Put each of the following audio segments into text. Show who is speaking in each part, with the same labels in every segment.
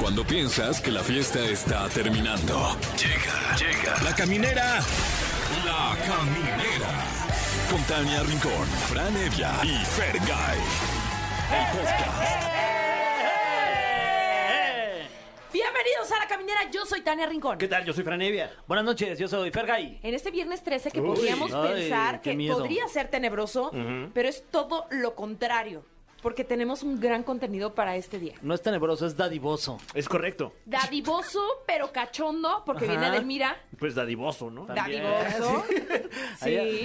Speaker 1: Cuando piensas que la fiesta está terminando. Llega, llega. La caminera. La caminera. Con Tania Rincón, Fran Evia y Fer El podcast.
Speaker 2: Bienvenidos a La Caminera, yo soy Tania Rincón.
Speaker 3: ¿Qué tal? Yo soy Franevia. Buenas noches, yo soy Fergay.
Speaker 2: En este viernes 13 que
Speaker 3: Uy,
Speaker 2: podríamos
Speaker 3: ay,
Speaker 2: pensar
Speaker 3: qué
Speaker 2: que
Speaker 3: miedo.
Speaker 2: podría ser tenebroso, pero es todo lo contrario, porque tenemos un gran contenido para este día.
Speaker 3: No es tenebroso, es dadivoso.
Speaker 4: Es correcto.
Speaker 2: Dadivoso, pero cachondo, porque
Speaker 3: Ajá.
Speaker 2: viene Delmira.
Speaker 4: Pues dadivoso, ¿no?
Speaker 3: También.
Speaker 2: Dadivoso. Sí.
Speaker 3: Ahí-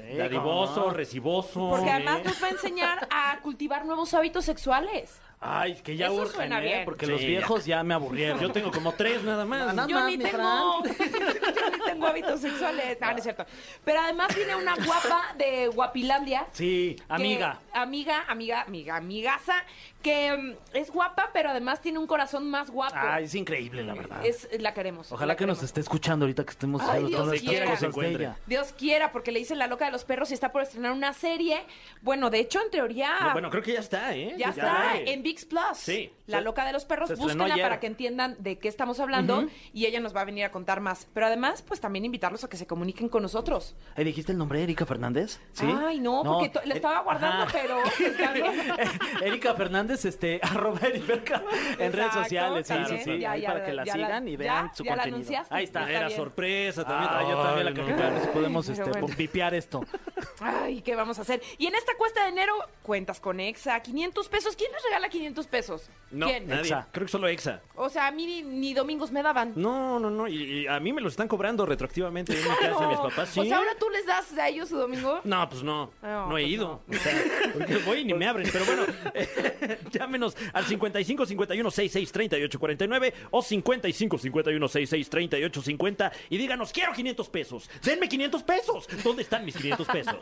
Speaker 2: sí.
Speaker 3: Sí.
Speaker 4: Dadivoso,
Speaker 3: ¿cómo no?
Speaker 4: reciboso.
Speaker 2: Porque
Speaker 4: Sí.
Speaker 2: además nos va a enseñar a cultivar nuevos hábitos sexuales.
Speaker 3: Ay, que ya
Speaker 2: Eso
Speaker 3: urgen,
Speaker 2: suena
Speaker 3: ¿eh?
Speaker 2: bien.
Speaker 3: Porque
Speaker 4: Sí,
Speaker 3: los
Speaker 4: ya.
Speaker 3: viejos ya, me aburrieron.
Speaker 4: Yo tengo como tres nada más.
Speaker 3: No, no.
Speaker 2: Yo
Speaker 3: mames,
Speaker 2: ni tengo,
Speaker 3: Ah, Fran.
Speaker 2: yo ni tengo hábitos sexuales. No, no es cierto. Pero además viene una guapa de Guapilandia.
Speaker 3: Sí,
Speaker 2: que-
Speaker 3: amiga.
Speaker 2: amiga, amiga, amiga, amigaza, que mm, es guapa, pero además tiene un corazón más guapo.
Speaker 4: Ah,
Speaker 3: Ay, es increíble, la verdad.
Speaker 2: es, la queremos.
Speaker 3: Ojalá
Speaker 2: la
Speaker 3: que nos
Speaker 2: queremos.
Speaker 3: esté escuchando ahorita que estemos
Speaker 2: Ay,
Speaker 3: haciendo
Speaker 2: Dios
Speaker 3: todas
Speaker 2: quiera.
Speaker 3: estas
Speaker 2: Que se
Speaker 3: cosas de
Speaker 4: encuentre.
Speaker 3: ella.
Speaker 2: Dios quiera, porque le dicen la loca de los perros y está por estrenar una serie. Bueno, de hecho, en teoría.
Speaker 4: No, bueno, creo que ya está, ¿eh?
Speaker 2: Ya está
Speaker 4: hay.
Speaker 2: en VIX Plus.
Speaker 4: Sí.
Speaker 2: La
Speaker 4: Se-
Speaker 2: loca de los perros.
Speaker 3: se estrenó
Speaker 2: Búsquenla
Speaker 3: ayer.
Speaker 2: para que entiendan de qué estamos hablando y ella nos va a venir a contar más. Pero además, pues también invitarlos a que se comuniquen con nosotros.
Speaker 3: ¿Eh, ¿Dijiste el nombre Erika Fernández? ¿Sí?
Speaker 2: Ay, no, porque to- la
Speaker 3: eh,
Speaker 2: estaba guardando,
Speaker 3: ajá.
Speaker 2: pero.
Speaker 3: Erika Fernández, este, arroba Erika en redes
Speaker 2: Exacto,
Speaker 3: sociales. Sí, sí,
Speaker 2: también,
Speaker 3: sí.
Speaker 2: ya,
Speaker 3: ahí
Speaker 2: ya,
Speaker 3: para que la
Speaker 2: ya la-
Speaker 3: sigan y
Speaker 2: ya,
Speaker 3: vean su
Speaker 2: ya la
Speaker 3: contenido.
Speaker 2: anunciaste,
Speaker 3: Ahí está.
Speaker 2: está
Speaker 4: Era
Speaker 2: bien.
Speaker 4: sorpresa
Speaker 3: Ah,
Speaker 4: también. Ay,
Speaker 3: yo también la
Speaker 4: no.
Speaker 3: cagué. A ver si podemos
Speaker 2: Pero
Speaker 3: este,
Speaker 2: bueno.
Speaker 3: pipear esto.
Speaker 2: Ay, ¿qué vamos a hacer? Y en esta cuesta de enero, cuentas con Exa, 500 pesos. ¿Quién les regala 500 pesos?
Speaker 4: No,
Speaker 2: ¿Quién?
Speaker 4: nadie.
Speaker 3: Exa.
Speaker 4: Creo que solo Exa.
Speaker 2: O sea, a mí ni, ni domingos me daban.
Speaker 4: No, no, no. Y, y a mí me los están cobrando retroactivamente en mi casa, mis papás. Sí.
Speaker 2: O sea, ahora tú les das a ellos su domingo.
Speaker 4: No, pues no.
Speaker 2: No,
Speaker 4: No, he
Speaker 2: pues
Speaker 4: ido. O sea, porque voy y ni me abren. Pero bueno, llámenos al 55 51 66 38 49 o 55 51 66 38 50 y díganos, quiero 500 pesos. Denme 500 pesos. ¿Dónde están mis 500 pesos?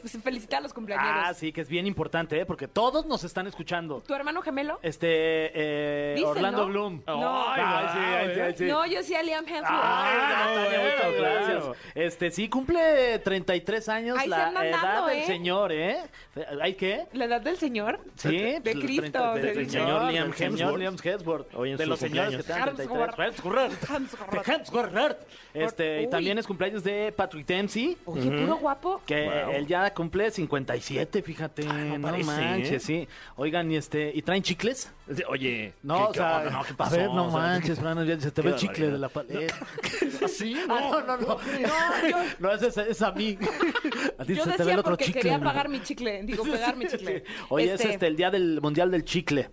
Speaker 2: Pues felicita a los cumpleaños.
Speaker 3: Ah, sí, que es bien importante, ¿eh? porque todos nos están escuchando.
Speaker 2: ¿Tu hermano gemelo?
Speaker 3: Este, eh,
Speaker 2: Dicen,
Speaker 3: Orlando
Speaker 2: ¿no?
Speaker 3: Bloom.
Speaker 2: No.
Speaker 3: Ay, ay, sí, ay, sí, ay, sí.
Speaker 2: No, yo sí a Liam Hemsworth.
Speaker 3: Ah,
Speaker 4: Ah,
Speaker 3: no, Tania,
Speaker 4: bueno,
Speaker 3: muchas gracias.
Speaker 4: claro.
Speaker 3: Este, sí, cumple 33 años
Speaker 2: Ahí se
Speaker 3: la
Speaker 2: andan dando,
Speaker 3: edad del
Speaker 2: ¿eh?
Speaker 3: señor, ¿eh? ¿Hay qué?
Speaker 2: ¿La edad del señor?
Speaker 3: Sí,
Speaker 2: De
Speaker 3: pues,
Speaker 2: Cristo,
Speaker 3: 30,
Speaker 2: del
Speaker 3: del
Speaker 4: señor
Speaker 3: señor
Speaker 4: Liam
Speaker 3: del señor
Speaker 4: Hemsworth.
Speaker 3: Liam Hemsworth.
Speaker 4: Hoy en
Speaker 3: de
Speaker 4: su
Speaker 3: los señores que
Speaker 4: cumpleaños.
Speaker 3: están 33.
Speaker 2: Hemsworth.
Speaker 3: Hemsworth. Hemsworth. Este, y
Speaker 2: Uy.
Speaker 3: también es cumpleaños de Patrick Dempsey.
Speaker 2: Oye, puro guapo.
Speaker 3: Que
Speaker 4: Wow. Ah,
Speaker 3: él ya cumple 57, fíjate, no,
Speaker 4: parece, ¿eh?
Speaker 3: manches, sí. Oigan, y este, ¿y traen chicles?
Speaker 4: Oye,
Speaker 3: No, o sea, a ver, no manches, Fran, ya se te
Speaker 4: qué
Speaker 3: ve el chicle
Speaker 4: barbaridad.
Speaker 3: de la paleta.
Speaker 4: Así,
Speaker 3: Ah, no, no, no.
Speaker 2: No, yo,
Speaker 3: No, ese es, es a mí. A ti
Speaker 2: yo
Speaker 3: se te ve el
Speaker 2: decía
Speaker 3: otro
Speaker 2: porque
Speaker 3: chicle.
Speaker 2: quería
Speaker 3: ¿no?
Speaker 2: pagar mi chicle. Digo, pegar mi chicle.
Speaker 3: Oye, es este el día del Mundial del Chicle.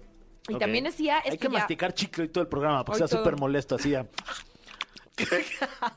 Speaker 2: Y
Speaker 4: Ok.
Speaker 2: también decía... Ah, Es
Speaker 3: Hay que
Speaker 2: ya-
Speaker 3: masticar chicle y todo el programa, porque
Speaker 2: Hoy
Speaker 3: sea
Speaker 2: todo.
Speaker 3: súper molesto así. ya.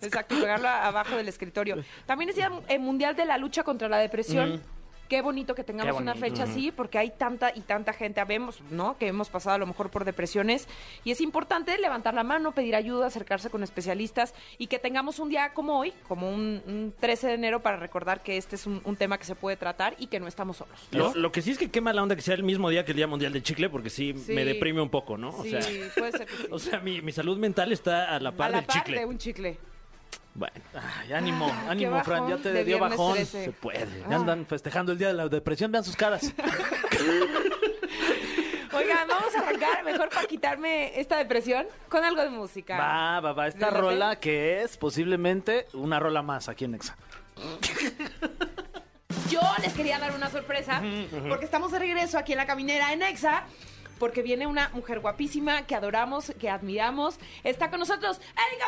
Speaker 2: Exacto, y pegarlo a- abajo del escritorio. También decía el Mundial de la Lucha contra la Depresión. Qué bonito que tengamos
Speaker 3: Qué
Speaker 2: una
Speaker 3: bonito.
Speaker 2: fecha así, porque hay tanta y tanta gente, vemos, ¿no? Que hemos pasado a lo mejor por depresiones. Y es importante levantar la mano, pedir ayuda, acercarse con especialistas y que tengamos un día como hoy, como un, un 13 de enero, para recordar que este es un, un tema que se puede tratar y que no estamos solos.
Speaker 4: Lo, lo que sí es que qué mala onda que sea el mismo día que el Día Mundial del Chicle, porque sí,
Speaker 2: Sí.
Speaker 4: me deprime un poco, ¿no?
Speaker 2: sí,
Speaker 4: O sea,
Speaker 2: puede ser que sí.
Speaker 4: o sea, mi, mi salud mental está a la par
Speaker 2: a la
Speaker 4: del
Speaker 2: par
Speaker 4: chicle.
Speaker 2: de un chicle.
Speaker 4: Bueno.
Speaker 3: Ay, ánimo,
Speaker 2: qué
Speaker 3: ánimo, Fran, ya
Speaker 2: bajón
Speaker 3: te
Speaker 2: de
Speaker 3: dio
Speaker 2: viernes Ah.
Speaker 3: bajón.
Speaker 2: 13.
Speaker 3: Se puede. Ya andan festejando el día de la depresión, vean sus caras.
Speaker 2: Oigan, vamos a arrancar mejor para quitarme esta depresión con algo de música.
Speaker 3: Va, va, va. Esta
Speaker 2: ¿De la
Speaker 3: rola que es posiblemente una rola más aquí en Exa.
Speaker 2: Yo les quería dar una sorpresa porque estamos de regreso aquí en la caminera en Exa. Porque viene una mujer guapísima que adoramos, que admiramos. Está con nosotros Erika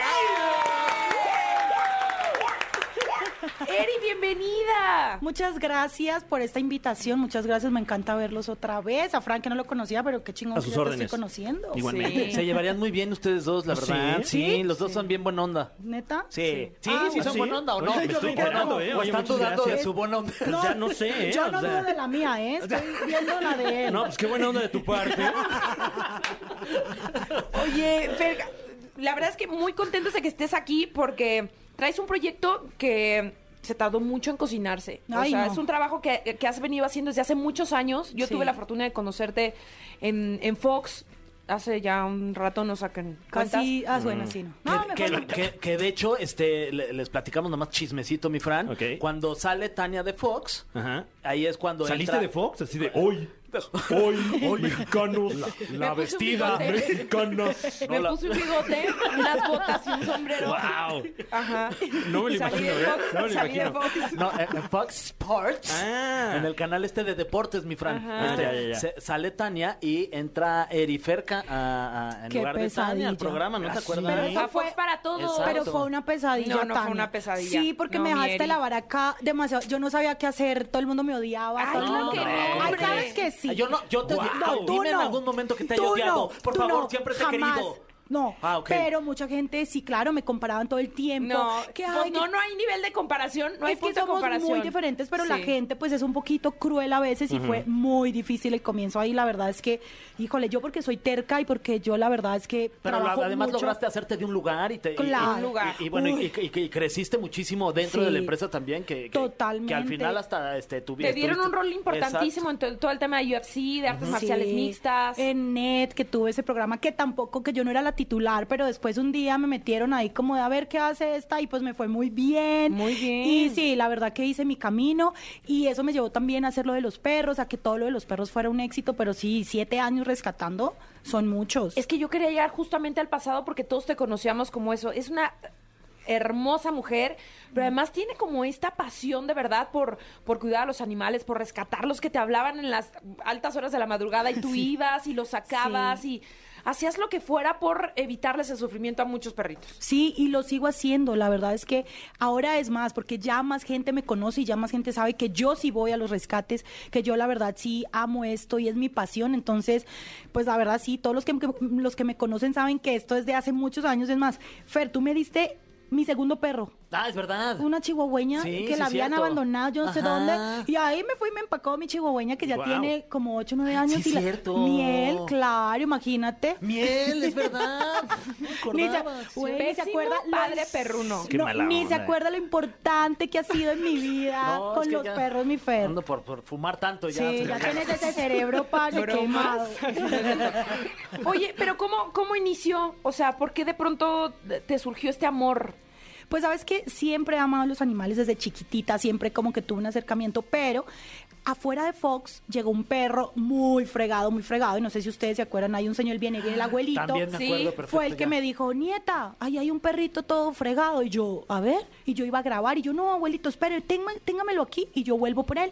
Speaker 2: Fernández. Eri, bienvenida.
Speaker 5: Muchas gracias por esta invitación, muchas gracias, me encanta verlos otra vez. A Frank que no lo conocía, pero qué chingón
Speaker 4: A
Speaker 5: que
Speaker 4: sus
Speaker 5: ya te
Speaker 4: órdenes.
Speaker 5: estoy conociendo.
Speaker 4: Igual.
Speaker 2: Sí.
Speaker 4: Igualmente.
Speaker 3: Se llevarían muy bien ustedes dos, la
Speaker 4: ¿Sí?
Speaker 3: verdad. ¿Oh, Sí,
Speaker 4: ¿Sí?
Speaker 3: los dos son bien buena onda.
Speaker 5: ¿Neta?
Speaker 3: Sí, sí,
Speaker 5: Ah,
Speaker 3: sí son
Speaker 4: ¿sí?
Speaker 3: buena onda, ¿o no?
Speaker 4: Oye, me estoy enterando, ¿eh?
Speaker 3: O
Speaker 4: Oye,
Speaker 3: están
Speaker 4: muchas
Speaker 3: dudando de
Speaker 4: gracias.
Speaker 3: su buena onda.
Speaker 4: Pues ya no sé, ¿eh?
Speaker 5: Yo
Speaker 4: O
Speaker 5: no
Speaker 4: sea,
Speaker 5: dudo de la mía, ¿eh? Estoy viendo la de él.
Speaker 4: No, pues qué buena onda de tu parte.
Speaker 2: Oye, Fer, la verdad es que muy contentos de que estés aquí porque traes un proyecto que se tardó mucho en cocinarse. o
Speaker 5: Ay,
Speaker 2: sea,
Speaker 5: no.
Speaker 2: es un trabajo que, que has venido haciendo desde hace muchos años. Yo
Speaker 5: Sí.
Speaker 2: tuve la fortuna de conocerte en, en Fox hace ya un rato, no sacan
Speaker 5: Casi, ah, bueno, sí, no. No,
Speaker 3: que,
Speaker 5: mejor no.
Speaker 3: que- que- que de hecho, este, le- les platicamos nomás chismecito, mi Fran.
Speaker 4: Ok.
Speaker 3: Cuando sale Tania de Fox,
Speaker 4: Ajá.
Speaker 3: ahí es cuando
Speaker 4: ¿Saliste
Speaker 3: entra-
Speaker 4: de Fox? Así de hoy. Hoy, hoy mexicanos.
Speaker 2: la Me puse un vestida bigote.
Speaker 4: mexicanos.
Speaker 2: Me puse un bigote, unas botas y un sombrero.
Speaker 4: ¡Wow!
Speaker 2: Ajá.
Speaker 4: No me lo
Speaker 2: Y salí
Speaker 4: imagino,
Speaker 2: de
Speaker 4: ¿eh?
Speaker 2: Fox,
Speaker 4: No me lo
Speaker 2: salí de
Speaker 4: imagino.
Speaker 2: Fox.
Speaker 3: No, en en Fox Sports.
Speaker 4: Ah.
Speaker 3: En el canal este de deportes, mi Fran.
Speaker 2: Ajá.
Speaker 3: Este,
Speaker 4: Ah, ya, ya, ya.
Speaker 3: se- sale Tania y entra Eriferca a, a- en
Speaker 5: Qué
Speaker 3: lugar de Tania al
Speaker 5: pesadilla.
Speaker 3: programa, ¿no te
Speaker 5: Así
Speaker 3: acuerdas?
Speaker 2: Pero
Speaker 5: Pero
Speaker 2: esa
Speaker 5: eso
Speaker 2: fue
Speaker 5: fue-
Speaker 2: para todo.
Speaker 3: Exacto.
Speaker 5: Pero fue una pesadilla.
Speaker 2: No, no fue
Speaker 5: Tania.
Speaker 2: una pesadilla.
Speaker 5: Sí, porque
Speaker 2: No,
Speaker 5: me
Speaker 2: mi
Speaker 5: dejaste
Speaker 2: Eri.
Speaker 5: la acá demasiado. Yo no sabía qué hacer. Todo el mundo me odiaba.
Speaker 2: Ay,
Speaker 5: todo el
Speaker 2: claro
Speaker 5: mundo-
Speaker 2: que no,
Speaker 5: Ay,
Speaker 2: hombre.
Speaker 5: ¿sabes que sí?
Speaker 3: Ah, Yo no, yo te
Speaker 4: Wow.
Speaker 3: no,
Speaker 5: Tú
Speaker 3: dime en
Speaker 5: no.
Speaker 3: algún momento que te haya
Speaker 5: Tú
Speaker 3: odiado.
Speaker 5: no,
Speaker 3: Por
Speaker 5: tú
Speaker 3: favor,
Speaker 5: no,
Speaker 3: siempre te he
Speaker 5: jamás.
Speaker 3: querido.
Speaker 5: No,
Speaker 3: Ah, ok.
Speaker 5: pero mucha gente sí, claro, me comparaban todo el tiempo.
Speaker 2: No,
Speaker 5: que,
Speaker 2: pues
Speaker 5: ay,
Speaker 2: no,
Speaker 5: que-
Speaker 2: no hay nivel de comparación, no hay
Speaker 5: es que
Speaker 2: punto de
Speaker 5: somos
Speaker 2: comparación.
Speaker 5: muy diferentes, pero la
Speaker 2: Sí.
Speaker 5: gente pues es un poquito cruel a veces y fue muy difícil el comienzo ahí. La verdad es que, híjole, yo porque soy terca y porque yo la verdad es que
Speaker 3: Pero la-
Speaker 5: trabajo
Speaker 3: además
Speaker 5: mucho.
Speaker 3: lograste hacerte de un lugar y te y- y-
Speaker 5: Claro.
Speaker 2: Un lugar.
Speaker 3: y, y bueno, y,
Speaker 5: Uy.
Speaker 3: y- y creciste muchísimo dentro
Speaker 5: Sí.
Speaker 3: de la empresa también que, que- que al
Speaker 5: Totalmente.
Speaker 3: final hasta este tuviste
Speaker 2: Te dieron un rol importantísimo en to- todo el tema de UFC, de artes marciales
Speaker 5: Sí,
Speaker 2: mixtas.
Speaker 5: En NET, que tuve ese programa que tampoco, que yo no era la titular, pero después un día me metieron ahí como de a ver qué hace esta y pues me fue muy bien.
Speaker 2: Muy bien.
Speaker 5: Y sí, la verdad que hice mi camino y eso me llevó también a hacer lo de los perros, a que todo lo de los perros fuera un éxito, pero sí, siete años rescatando son muchos.
Speaker 2: Es que yo quería llegar justamente al pasado porque todos te conocíamos como eso. Es una hermosa mujer, pero además tiene como esta pasión de verdad por, por cuidar a los animales, por rescatarlos que te hablaban en las altas horas de la madrugada y tú ibas y los sacabas y hacías lo que fuera por evitarles el sufrimiento a muchos perritos.
Speaker 5: Sí, y lo sigo haciendo. La verdad es que ahora es más, porque ya más gente me conoce y ya más gente sabe que yo sí voy a los rescates, que yo la verdad sí amo esto y es mi pasión. Entonces, pues la verdad sí, todos los que, que- los que me conocen saben que esto es de hace muchos años. Es más, Fer, tú me diste mi segundo perro.
Speaker 3: Ah, es verdad.
Speaker 5: Una chihuahueña
Speaker 3: Sí,
Speaker 5: que
Speaker 3: sí,
Speaker 5: la habían
Speaker 3: cierto.
Speaker 5: abandonado, yo no sé
Speaker 3: Ajá.
Speaker 5: dónde. Y ahí me fui y me empacó mi chihuahueña que ya
Speaker 4: Guau.
Speaker 5: tiene como 8 o 9 años.
Speaker 3: Sí,
Speaker 5: y la-
Speaker 3: cierto.
Speaker 5: Miel, claro, imagínate.
Speaker 3: Miel, es verdad. No me
Speaker 5: Ni se,
Speaker 3: acordaba.
Speaker 5: güey, ni se
Speaker 2: Pésimo
Speaker 5: acuerda lo-
Speaker 2: padre
Speaker 3: Oh,
Speaker 2: perruno.
Speaker 4: Qué
Speaker 5: No,
Speaker 4: mala
Speaker 5: ni se
Speaker 4: onda.
Speaker 5: acuerda lo importante que ha sido en mi vida
Speaker 3: No, es
Speaker 5: con
Speaker 3: que
Speaker 5: los
Speaker 3: ya
Speaker 5: perros, mi Fer.
Speaker 3: Ando por, por fumar tanto ya.
Speaker 5: sí, ya tienes ese cerebro padre quemado.
Speaker 2: Oye, pero ¿cómo, cómo inició? O sea, ¿por qué de pronto te surgió este amor?
Speaker 5: Pues sabes que siempre he amado los animales desde chiquitita, siempre como que tuve un acercamiento, pero afuera de Fox llegó un perro muy fregado, muy fregado, y no sé si ustedes se acuerdan, hay un señor, viene bien el abuelito.
Speaker 3: Ah, También me
Speaker 2: Sí,
Speaker 3: acuerdo
Speaker 2: fue
Speaker 3: perfecto.
Speaker 5: fue el que
Speaker 3: ya.
Speaker 5: me dijo, nieta, ahí hay un perrito todo fregado. Y yo, a ver, y yo iba a grabar. Y yo, no, abuelito, espere, téngame- téngamelo aquí y yo vuelvo por él.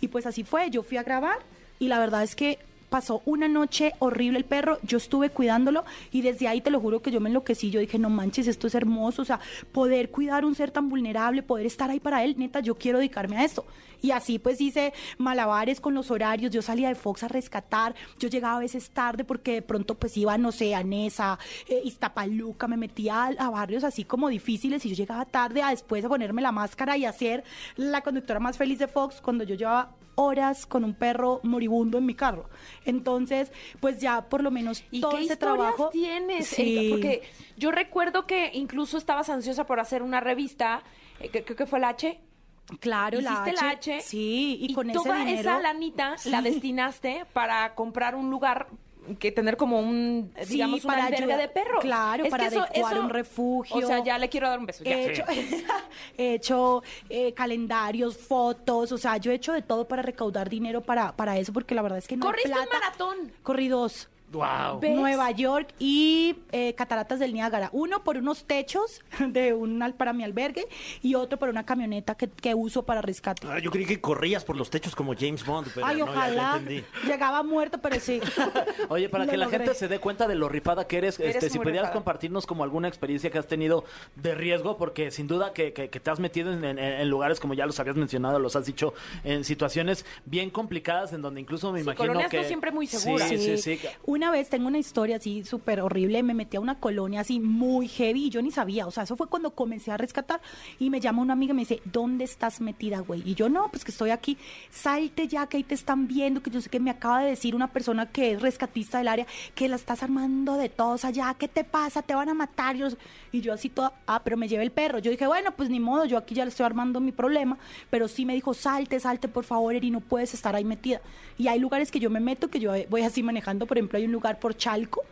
Speaker 5: Y pues así fue, yo fui a grabar y la verdad es que pasó una noche horrible el perro, yo estuve cuidándolo y desde ahí te lo juro que yo me enloquecí, yo dije, no manches, esto es hermoso, o sea, poder cuidar un ser tan vulnerable, poder estar ahí para él, neta, yo quiero dedicarme a esto. Y así pues hice malabares con los horarios, yo salía de Fox a rescatar, yo llegaba a veces tarde porque de pronto pues iba, no sé, a Nesa, eh, Iztapaluca, me metía a, a barrios así como difíciles y yo llegaba tarde a después a ponerme la máscara y a ser la conductora más feliz de Fox cuando yo llevaba horas con un perro moribundo en mi carro. Entonces, pues ya por lo menos
Speaker 2: ¿Y
Speaker 5: todo
Speaker 2: qué
Speaker 5: ese
Speaker 2: historias
Speaker 5: trabajo
Speaker 2: tienes?
Speaker 5: Sí.
Speaker 2: Erika? Porque yo recuerdo que incluso estabas ansiosa por hacer una revista, eh, que creo que fue el H.
Speaker 5: claro, la
Speaker 2: Hiciste
Speaker 5: H,
Speaker 2: la H.
Speaker 5: sí, y, con ese
Speaker 2: toda
Speaker 5: dinero
Speaker 2: esa lanita
Speaker 5: Sí.
Speaker 2: la destinaste para comprar un lugar que tener como un eh,
Speaker 5: Sí,
Speaker 2: digamos una
Speaker 5: para
Speaker 2: albergue
Speaker 5: ayudar-
Speaker 2: de perros.
Speaker 5: claro, para adecuar un refugio.
Speaker 2: O sea, ya le quiero dar un beso. ya.
Speaker 5: He hecho, he hecho, eh, calendarios, fotos, o sea, yo he hecho de todo para recaudar dinero para, para eso, porque la verdad es que no hay
Speaker 2: Corriste un
Speaker 5: plata.
Speaker 2: maratón.
Speaker 5: Corrí dos.
Speaker 3: Guau.
Speaker 2: ¿Ves?
Speaker 5: Nueva York y eh, Cataratas del Niágara. Uno por unos techos de un al- para mi albergue y otro por una camioneta que, que uso para rescate.
Speaker 4: Ah, yo creí que corrías por los techos como James Bond, pero
Speaker 5: Ay,
Speaker 4: no, ya- ya
Speaker 5: ojalá.
Speaker 4: entendí.
Speaker 5: Llegaba muerto, pero sí.
Speaker 3: Oye, para
Speaker 5: Lo
Speaker 3: que la
Speaker 5: logré.
Speaker 3: gente se dé cuenta de lo rifada que eres,
Speaker 2: Eres
Speaker 3: este, si
Speaker 2: muy
Speaker 3: pudieras
Speaker 2: rifada.
Speaker 3: compartirnos como alguna experiencia que has tenido de riesgo, porque sin duda que, que- que te has metido en, en- en lugares, como ya los habías mencionado, los has dicho, en situaciones bien complicadas, en donde incluso me
Speaker 2: Sí,
Speaker 3: imagino
Speaker 2: colonias
Speaker 3: que...
Speaker 2: no siempre muy seguras.
Speaker 3: Sí, sí, sí.
Speaker 5: Una vez tengo una historia así súper horrible, me metí a una colonia así muy heavy y yo ni sabía, o sea, eso fue cuando comencé a rescatar y me llama una amiga y me dice, ¿dónde estás metida, güey? Y yo, no, pues que estoy aquí, salte ya, que ahí te están viendo, que yo sé que me acaba de decir una persona que es rescatista del área, que la estás armando de todos allá, ¿qué te pasa? Te van a matar. Yo- Y yo así toda, ah, pero me llevé el perro. Yo dije, bueno, pues ni modo, yo aquí ya le estoy armando mi problema, pero sí me dijo, salte, salte, por favor, Eri, no puedes estar ahí metida. Y hay lugares que yo me meto, que yo voy así manejando, por ejemplo, hay un lugar por Chalco,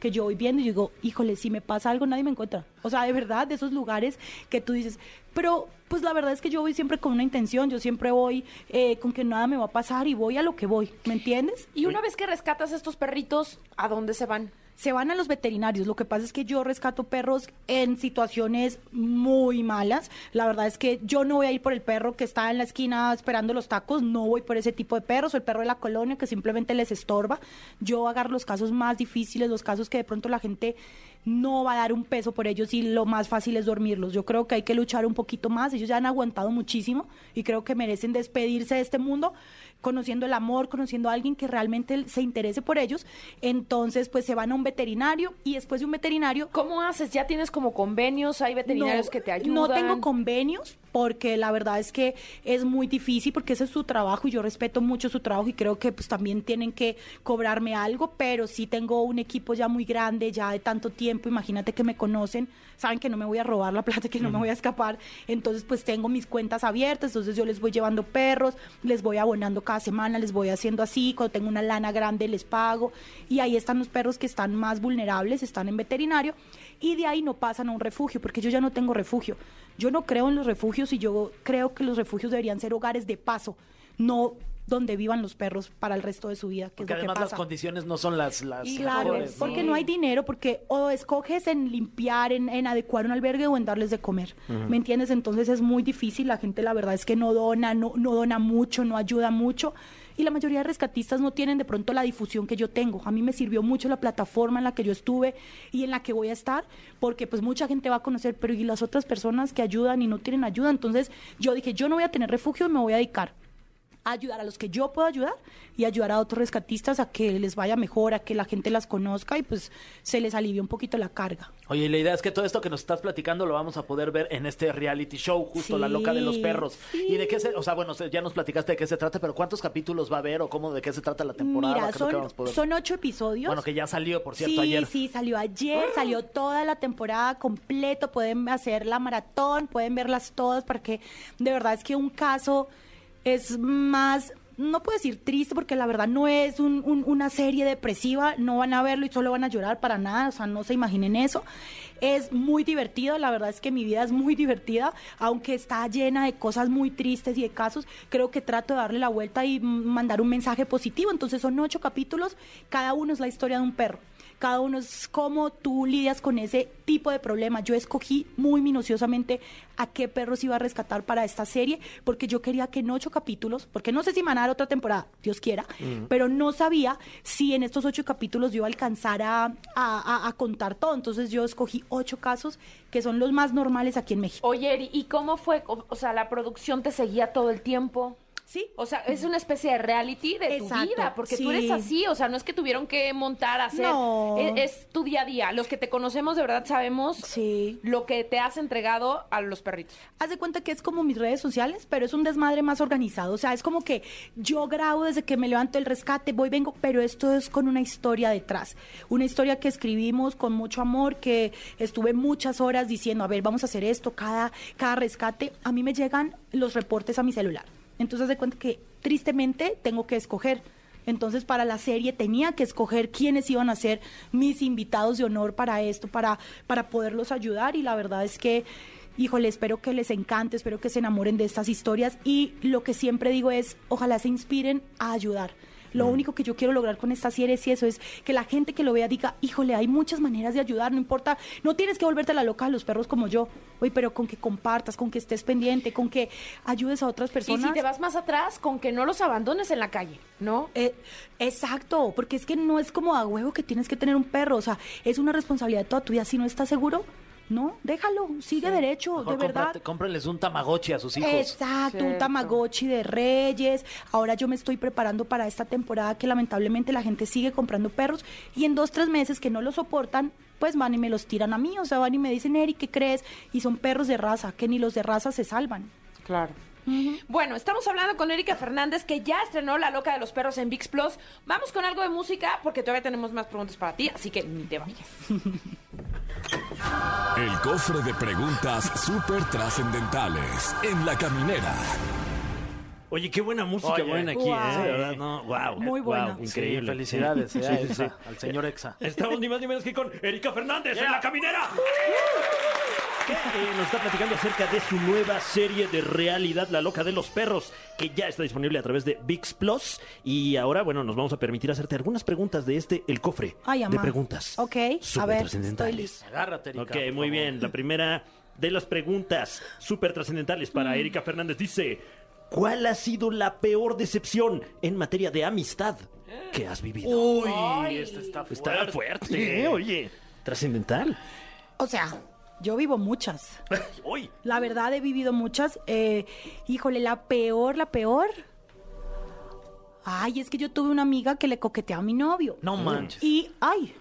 Speaker 5: que yo voy viendo y digo, híjole, si me pasa algo nadie me encuentra. O sea, de verdad, de esos lugares que tú dices, pero pues la verdad es que yo voy siempre con una intención, yo siempre voy eh, con que nada me va a pasar y voy a lo que voy, ¿me entiendes?
Speaker 2: Y una vez que rescatas estos perritos, ¿a dónde se van?
Speaker 5: se van a los veterinarios. Lo que pasa es que yo rescato perros en situaciones muy malas. La verdad es que yo no voy a ir por el perro que está en la esquina esperando los tacos, no voy por ese tipo de perros, o el perro de la colonia que simplemente les estorba. Yo agarro los casos más difíciles, los casos que de pronto la gente no va a dar un peso por ellos y lo más fácil es dormirlos. Yo creo que hay que luchar un poquito más. Ellos ya han aguantado muchísimo y creo que merecen despedirse de este mundo conociendo el amor, conociendo a alguien que realmente se interese por ellos. Entonces, pues se van a un veterinario y después de un veterinario
Speaker 2: ¿Cómo haces? ¿Ya tienes como convenios? ¿Hay veterinarios
Speaker 5: no,
Speaker 2: que te ayudan?
Speaker 5: No tengo convenios porque la verdad es que es muy difícil porque ese es su trabajo y yo respeto mucho su trabajo y creo que pues también tienen que cobrarme algo, pero sí tengo un equipo ya muy grande, ya de tanto tiempo, imagínate que me conocen, saben que no me voy a robar la plata, que no me voy a escapar, entonces pues tengo mis cuentas abiertas, entonces yo les voy llevando perros, les voy abonando cada semana, les voy haciendo así, cuando tengo una lana grande les pago y ahí están los perros que están más vulnerables, están en veterinario y de ahí no pasan a un refugio, porque yo ya no tengo refugio. Yo no creo en los refugios y yo creo que los refugios deberían ser hogares de paso, no donde vivan los perros para el resto de su vida, que
Speaker 3: Porque
Speaker 5: es lo que
Speaker 3: además las
Speaker 5: pasa.
Speaker 3: condiciones no son las, las
Speaker 5: Claro,
Speaker 3: mejores, ¿no?
Speaker 5: porque no hay dinero, porque o escoges en limpiar, en, en adecuar un albergue o en darles de comer. ¿Me entiendes? Entonces es muy difícil. La gente, la verdad es que no dona, no, no dona mucho, no ayuda mucho. Y la mayoría de rescatistas no tienen de pronto la difusión que yo tengo. A mí me sirvió mucho la plataforma en la que yo estuve y en la que voy a estar, porque pues mucha gente va a conocer, pero y las otras personas que ayudan y no tienen ayuda. Entonces yo dije, yo no voy a tener refugio y me voy a dedicar a ayudar a los que yo puedo ayudar y ayudar a otros rescatistas a que les vaya mejor, a que la gente las conozca y pues se les alivie un poquito la carga.
Speaker 3: Oye, y la idea es que todo esto que nos estás platicando lo vamos a poder ver en este reality show, justo
Speaker 5: Sí,
Speaker 3: La Loca de los Perros.
Speaker 5: sí.
Speaker 3: ¿Y de qué se, o sea, bueno, se- ya nos platicaste de qué se trata, pero cuántos capítulos va a haber o cómo, de qué se trata la temporada? ¿Qué
Speaker 5: Mira,
Speaker 3: es lo que
Speaker 5: son,
Speaker 3: vamos a poder-
Speaker 5: son ocho episodios.
Speaker 3: Bueno, que ya salió, por cierto,
Speaker 5: sí,
Speaker 3: ayer.
Speaker 5: sí, salió ayer, salió toda la temporada completo, pueden hacer la maratón, pueden verlas todas, porque de verdad es que un caso es más, no puedo decir triste, porque la verdad no es un- un- una serie depresiva, no van a verlo y solo van a llorar para nada, o sea, no se imaginen eso. Es muy divertido, la verdad es que mi vida es muy divertida, aunque está llena de cosas muy tristes y de casos, creo que trato de darle la vuelta y mandar un mensaje positivo, entonces son ocho capítulos, cada uno es la historia de un perro. Cada uno es cómo tú lidias con ese tipo de problema. Yo escogí muy minuciosamente a qué perros iba a rescatar para esta serie, porque yo quería que en ocho capítulos, porque no sé si me van a dar otra temporada, Dios quiera, pero no sabía si en estos ocho capítulos yo iba a alcanzar a, a- a- a contar todo. Entonces yo escogí ocho casos que son los más normales aquí en México.
Speaker 2: Oye, Eri, ¿y cómo fue? O, o sea, la producción te seguía todo el tiempo.
Speaker 5: Sí,
Speaker 2: O sea, es una especie de reality de tu
Speaker 5: Exacto,
Speaker 2: vida, porque tú
Speaker 5: sí.
Speaker 2: eres así, o sea, no es que tuvieron que montar, hacer,
Speaker 5: No.
Speaker 2: es, es tu día a día. Los que te conocemos de verdad sabemos
Speaker 5: Sí.
Speaker 2: lo que te has entregado a los perritos.
Speaker 5: Haz de cuenta que es como mis redes sociales, pero es un desmadre más organizado. O sea, es como que yo grabo desde que me levanto el rescate, voy, vengo, pero esto es con una historia detrás. Una historia que escribimos con mucho amor, que estuve muchas horas diciendo, a ver, vamos a hacer esto, cada, cada rescate. A mí me llegan los reportes a mi celular. Entonces, haz de cuenta que tristemente tengo que escoger. Entonces, para la serie tenía que escoger quiénes iban a ser mis invitados de honor para esto, para, para poderlos ayudar. Y la verdad es que, híjole, espero que les encante, espero que se enamoren de estas historias. Y lo que siempre digo es, ojalá se inspiren a ayudar. Lo
Speaker 2: Mm.
Speaker 5: único que yo quiero lograr con esta serie es eso, es que la gente que lo vea diga, híjole, hay muchas maneras de ayudar, no importa, no tienes que volverte la loca de los perros como yo, oye, pero con que compartas, con que estés pendiente, con que ayudes a otras personas.
Speaker 2: Y si te vas más atrás, con que no los abandones en la calle, ¿no?
Speaker 5: Eh, exacto, porque es que no es como a huevo que tienes que tener un perro, o sea, es una responsabilidad toda tuya. Si no estás seguro, no, déjalo, sigue derecho,
Speaker 3: Mejor
Speaker 5: de verdad.
Speaker 3: cómprate- cómprenles un tamagotchi a sus hijos.
Speaker 5: Exacto,
Speaker 2: Cierto.
Speaker 5: un Tamagotchi de Reyes. Ahora yo me estoy preparando para esta temporada que lamentablemente la gente sigue comprando perros y en dos, tres meses que no lo soportan, pues van y me los tiran a mí. O sea, van y me dicen, Eri, ¿qué crees? Y son perros de raza, que ni los de raza se salvan.
Speaker 2: Claro. Bueno, estamos hablando con Erika Fernández, que ya estrenó La Loca de los Perros en VIX Plus. Vamos con algo de música, porque todavía tenemos más preguntas para ti, así que ni te vayas.
Speaker 1: El cofre de preguntas súper trascendentales en la caminera.
Speaker 4: Oye, qué buena música
Speaker 3: Oye,
Speaker 4: buena aquí, ¿eh?
Speaker 5: guau.
Speaker 4: De verdad, no, wow.
Speaker 5: Muy buena.
Speaker 4: increíble.
Speaker 3: Sí, felicidades
Speaker 4: Sí,
Speaker 3: eh, a
Speaker 4: sí, sí.
Speaker 3: Exa, al señor Exa.
Speaker 4: Estamos ni más ni menos que con Erika Fernández en
Speaker 3: Yeah.
Speaker 4: La Caminera. Que, eh, nos está platicando acerca de su nueva serie de realidad, La Loca de los Perros, que ya está disponible a través de VIX Plus. Y ahora, bueno, nos vamos a permitir hacerte algunas preguntas de este, el cofre
Speaker 5: Ay,
Speaker 4: de
Speaker 5: amá.
Speaker 4: preguntas.
Speaker 5: Ok, a
Speaker 4: súper
Speaker 5: ver,
Speaker 4: trascendentales.
Speaker 5: estoy
Speaker 3: Agárrate, Erika.
Speaker 4: Ok,
Speaker 3: por
Speaker 4: muy
Speaker 3: favor.
Speaker 4: bien. La primera de las preguntas súper trascendentales
Speaker 5: Mm.
Speaker 4: para Erika Fernández dice: ¿Cuál ha sido la peor decepción en materia de amistad que has vivido?
Speaker 3: Uy,
Speaker 2: Ay.
Speaker 3: esta está fuerte.
Speaker 4: Está fuerte, ¿eh? oye. Trascendental.
Speaker 5: O sea, yo vivo muchas.
Speaker 4: Uy.
Speaker 5: La verdad he vivido muchas. Eh, híjole, la peor, la peor. Ay, es que yo tuve una amiga que le coqueteaba a mi novio.
Speaker 3: No manches.
Speaker 5: Y, ay,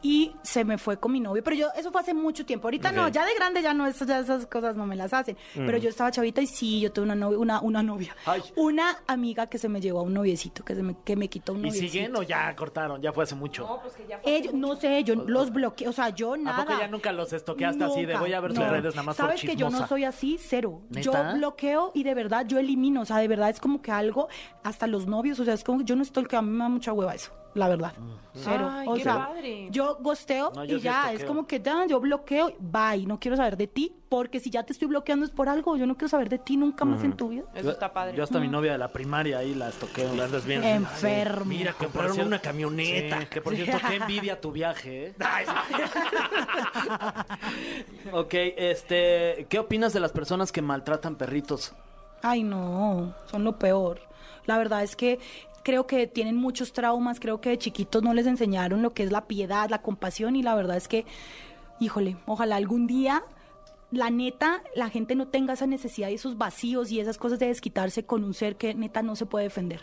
Speaker 5: y se me fue con mi novio. Pero yo, eso fue hace mucho tiempo. Ahorita no,
Speaker 4: Ok.
Speaker 5: ya de grande ya no, eso, ya esas cosas no me las hacen. Pero yo estaba chavita y sí, yo tuve una novia, una, una novia.
Speaker 3: Mm. Ay.
Speaker 5: Una amiga que se me llevó a un noviecito, que, se me, que me quitó un
Speaker 3: ¿Y
Speaker 5: noviecito.
Speaker 3: siguen o ya cortaron? Ya fue hace mucho.
Speaker 2: No, pues que ya fue.
Speaker 5: Ellos, no sé, yo los bloqueé, o sea, yo nada.
Speaker 3: poco ya nunca los estoqueaste así de voy a ver sus redes nada más por
Speaker 5: Sabes que yo no
Speaker 3: chismosa?
Speaker 5: soy así, cero.
Speaker 3: ¿Neta?
Speaker 5: Yo bloqueo y de verdad yo elimino, o sea, de verdad es como que algo, hasta los novios, o sea, es como que yo no estoy que a mí me da mucha hueva eso, la verdad. Cero.
Speaker 2: Mm. Ay,
Speaker 5: o
Speaker 2: qué
Speaker 5: sea,
Speaker 2: padre.
Speaker 5: yo gosteo
Speaker 3: No, yo
Speaker 5: y
Speaker 3: sí
Speaker 5: ya,
Speaker 3: estoqueo.
Speaker 5: es como que ya, yo bloqueo, bye, no quiero saber de ti, porque si ya te estoy bloqueando es por algo, yo no quiero saber de ti nunca más en tu vida.
Speaker 2: Eso está padre.
Speaker 3: Yo hasta mi novia de la primaria ahí la estoqueo.
Speaker 4: La andas viendo.
Speaker 5: Enfermo.
Speaker 4: Mira,
Speaker 3: Que por
Speaker 4: compraron
Speaker 3: cierto-
Speaker 4: una camioneta.
Speaker 3: Sí, que por cierto, qué envidia tu viaje, ¿eh?
Speaker 4: Ay,
Speaker 3: Ok, este, ¿qué opinas de las personas que maltratan perritos?
Speaker 5: Ay, no, son lo peor. La verdad es que creo que tienen muchos traumas, creo que de chiquitos no les enseñaron lo que es la piedad, la compasión y la verdad es que, híjole, ojalá algún día, la neta, la gente no tenga esa necesidad y esos vacíos y esas cosas de desquitarse con un ser que neta no se puede defender.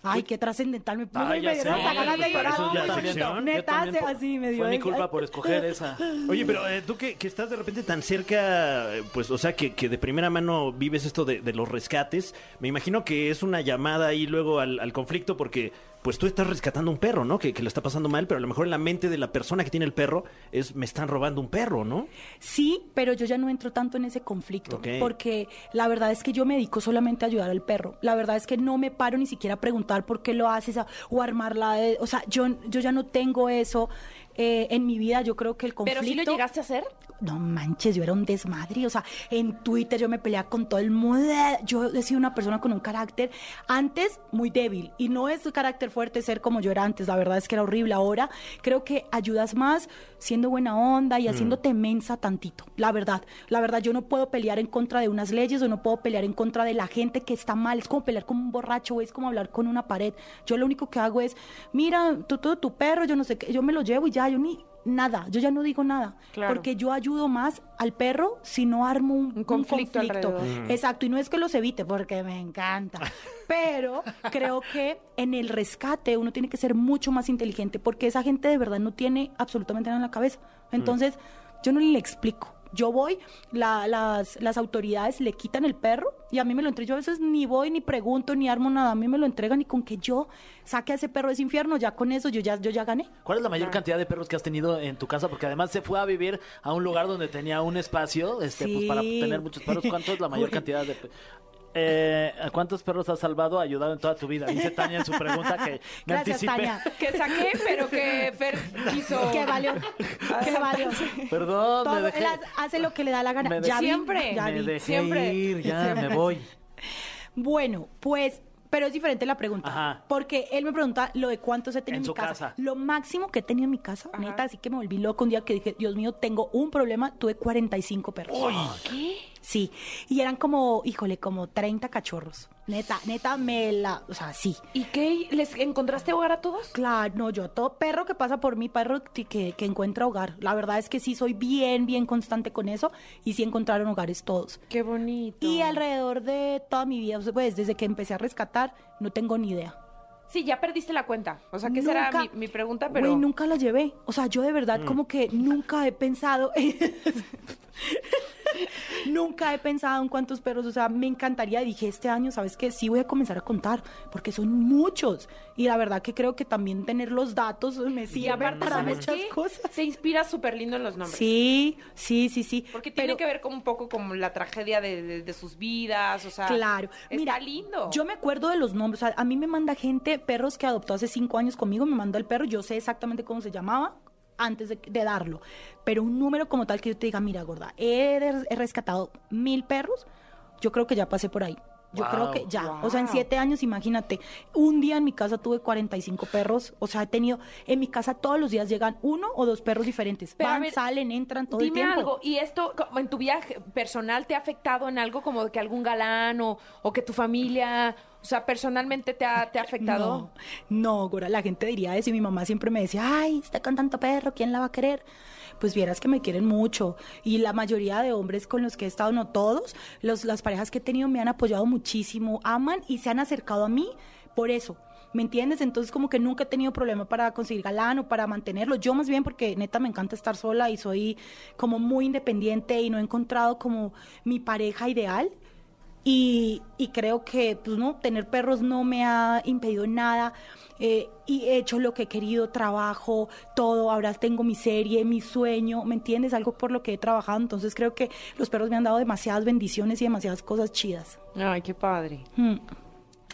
Speaker 5: Ay, qué trascendental, me,
Speaker 3: Ay,
Speaker 5: me
Speaker 3: ya
Speaker 5: dieron
Speaker 3: sé,
Speaker 5: hasta ganas
Speaker 4: pues
Speaker 5: de
Speaker 4: para
Speaker 5: llorar,
Speaker 4: eso es la
Speaker 5: muy bonito.
Speaker 4: sección.
Speaker 3: Yo
Speaker 5: Neta,
Speaker 3: también
Speaker 5: se-
Speaker 3: po-
Speaker 5: así me dio.
Speaker 3: Fue mi culpa por escoger esa.
Speaker 4: Oye, pero eh, tú que, que estás de repente tan cerca, eh, pues, o sea, que, que de primera mano vives esto de, de los rescates, me imagino que es una llamada ahí luego al, al conflicto porque, pues, tú estás rescatando un perro, ¿no? Que, que lo está pasando mal, pero a lo mejor en la mente de la persona que tiene el perro es, me están robando un perro, ¿no?
Speaker 5: Sí, pero yo ya no entro tanto en ese conflicto,
Speaker 4: Ok.
Speaker 5: porque la verdad es que yo me dedico solamente a ayudar al perro. La verdad es que no me paro ni siquiera a preguntar por qué lo haces a- o armarla. de- o sea, yo, yo ya no tengo eso eh, en mi vida. Yo creo que el conflicto.
Speaker 2: Pero si lo llegaste a hacer.
Speaker 5: No manches, yo era un desmadre. O sea, en Twitter yo me peleaba con todo el mundo. Yo he sido una persona con un carácter antes muy débil. Y no es un carácter fuerte ser como yo era antes. La verdad es que era horrible. Ahora creo que ayudas más siendo buena onda y haciéndote mensa tantito. La verdad. La verdad, yo no puedo pelear en contra de unas leyes o no puedo pelear en contra de la gente que está mal. Es como pelear con un borracho o es como hablar con una pared. Yo lo único que hago es, mira, tú, tú, tu perro, yo no sé qué, yo me lo llevo y ya, yo ni nada. Yo ya no digo nada.
Speaker 2: Claro.
Speaker 5: Porque yo ayudo más al perro si no armo un, un
Speaker 2: conflicto
Speaker 5: conflicto.
Speaker 2: alrededor.
Speaker 5: Exacto, y no es que los evite, porque me encanta. Pero creo que en el rescate uno tiene que ser mucho más inteligente, porque esa gente de verdad no tiene absolutamente nada en la cabeza. Entonces, yo no le explico. Yo voy, la- las, las autoridades le quitan el perro y a mí me lo entregan. Yo a veces ni voy, ni pregunto, ni armo nada. A mí me lo entregan y con que yo saque a ese perro de ese infierno, ya con eso yo ya, yo ya gané.
Speaker 3: ¿Cuál es la
Speaker 5: Ah.
Speaker 3: mayor cantidad de perros que has tenido en tu casa? Porque además se fue a vivir a un lugar donde tenía un espacio este, pues,
Speaker 5: Sí.
Speaker 3: para tener muchos perros. ¿Cuánto es la mayor
Speaker 5: Uy.
Speaker 3: cantidad de pe- eh, ¿a ¿Cuántos perros has salvado, ayudado en toda tu vida? Dice Tania en su pregunta que me
Speaker 5: Gracias,
Speaker 3: anticipé.
Speaker 5: Tania.
Speaker 2: Que saqué, pero que Fer Ah. quiso.
Speaker 5: Que valió, que valió.
Speaker 3: Perdón,
Speaker 5: Todo,
Speaker 3: me dejé,
Speaker 5: él ha- hace lo que le da la
Speaker 3: Me
Speaker 5: gana.
Speaker 3: dejé-
Speaker 5: Ya vi,
Speaker 2: Siempre.
Speaker 5: ya
Speaker 3: me
Speaker 5: vi.
Speaker 3: dejé
Speaker 2: siempre.
Speaker 3: ir, ya
Speaker 2: Siempre.
Speaker 3: me voy.
Speaker 5: Bueno, pues, pero es diferente la pregunta.
Speaker 3: Ajá.
Speaker 5: Porque él me pregunta lo de cuántos he tenido
Speaker 3: En
Speaker 5: en,
Speaker 3: su
Speaker 5: mi
Speaker 3: casa.
Speaker 5: Lo máximo que he tenido en mi casa,
Speaker 2: Ajá.
Speaker 5: neta, así que me volví loco un día que dije, Dios mío, tengo un problema, tuve 45 perros. Sí, y eran como, híjole, como 30 cachorros. Neta, neta, me la, o sea, sí.
Speaker 2: ¿Y qué? ¿Les encontraste hogar a todos?
Speaker 5: Claro, no, yo a todo perro que pasa por mí, perro que, que- que encuentra hogar. La verdad es que sí soy bien, bien constante con eso y sí encontraron hogares todos.
Speaker 2: Qué bonito.
Speaker 5: Y alrededor de toda mi vida, pues desde que empecé a rescatar, no tengo ni idea.
Speaker 2: Sí, ya perdiste la cuenta. O sea, que esa
Speaker 5: Nunca-
Speaker 2: era mi, mi pregunta, pero.
Speaker 5: Güey, nunca la llevé. O sea, yo de verdad como que nunca he pensado... Nunca he pensado en cuántos perros, o sea, me encantaría. Dije, este año, ¿sabes qué? Sí voy a comenzar a contar, porque son muchos. Y la verdad que creo que también tener los datos me
Speaker 2: Y
Speaker 5: sirve
Speaker 2: aparte,
Speaker 5: para
Speaker 2: ¿sabes
Speaker 5: muchas
Speaker 2: qué?
Speaker 5: cosas.
Speaker 2: Se inspira súper lindo en los nombres.
Speaker 5: Sí, sí, sí, sí.
Speaker 2: Porque tiene
Speaker 5: Pero-
Speaker 2: que ver con un poco como la tragedia de, de- de sus vidas, o sea.
Speaker 5: Claro.
Speaker 2: Está lindo.
Speaker 5: Yo me acuerdo de los nombres. O sea, a mí me manda gente, perros que adoptó hace cinco años conmigo, me mandó el perro, yo sé exactamente cómo se llamaba antes de, de darlo. Pero un número como tal que yo te diga, mira, gorda, he, res- he rescatado mil perros, yo creo que ya pasé por ahí. Yo creo que ya, o sea, en
Speaker 2: Wow.
Speaker 5: siete años, imagínate, un día en mi casa tuve 45 perros, o sea, he tenido, en mi casa todos los días llegan uno o dos perros diferentes,
Speaker 2: Pero a
Speaker 5: van,
Speaker 2: ver,
Speaker 5: salen, entran todo el
Speaker 2: Dime
Speaker 5: tiempo.
Speaker 2: algo, ¿y esto como en tu viaje personal te ha afectado en algo como que algún galán o, o que tu familia, o sea, personalmente te ha, te ha afectado?
Speaker 5: No, no, Gora, la gente diría eso y mi mamá siempre me decía, ay, está con tanto perro, ¿quién la va a querer? Pues vieras que me quieren mucho y la mayoría de hombres con los que he estado, no todos, los, las parejas que he tenido me han apoyado muchísimo, aman y se han acercado a mí por eso. ¿Me entiendes? Entonces como que nunca he tenido problema para conseguir galán o para mantenerlo. Yo más bien porque neta me encanta estar sola y soy como muy independiente y no he encontrado como mi pareja ideal. Y, y creo que pues, no, tener perros no me ha impedido nada. eh, y he hecho lo que he querido, trabajo, todo. Ahora tengo mi serie, mi sueño, ¿me entiendes? Algo por lo que he trabajado. Entonces creo que los perros me han dado demasiadas bendiciones y demasiadas cosas chidas.
Speaker 2: Ay, qué padre.
Speaker 5: Mm.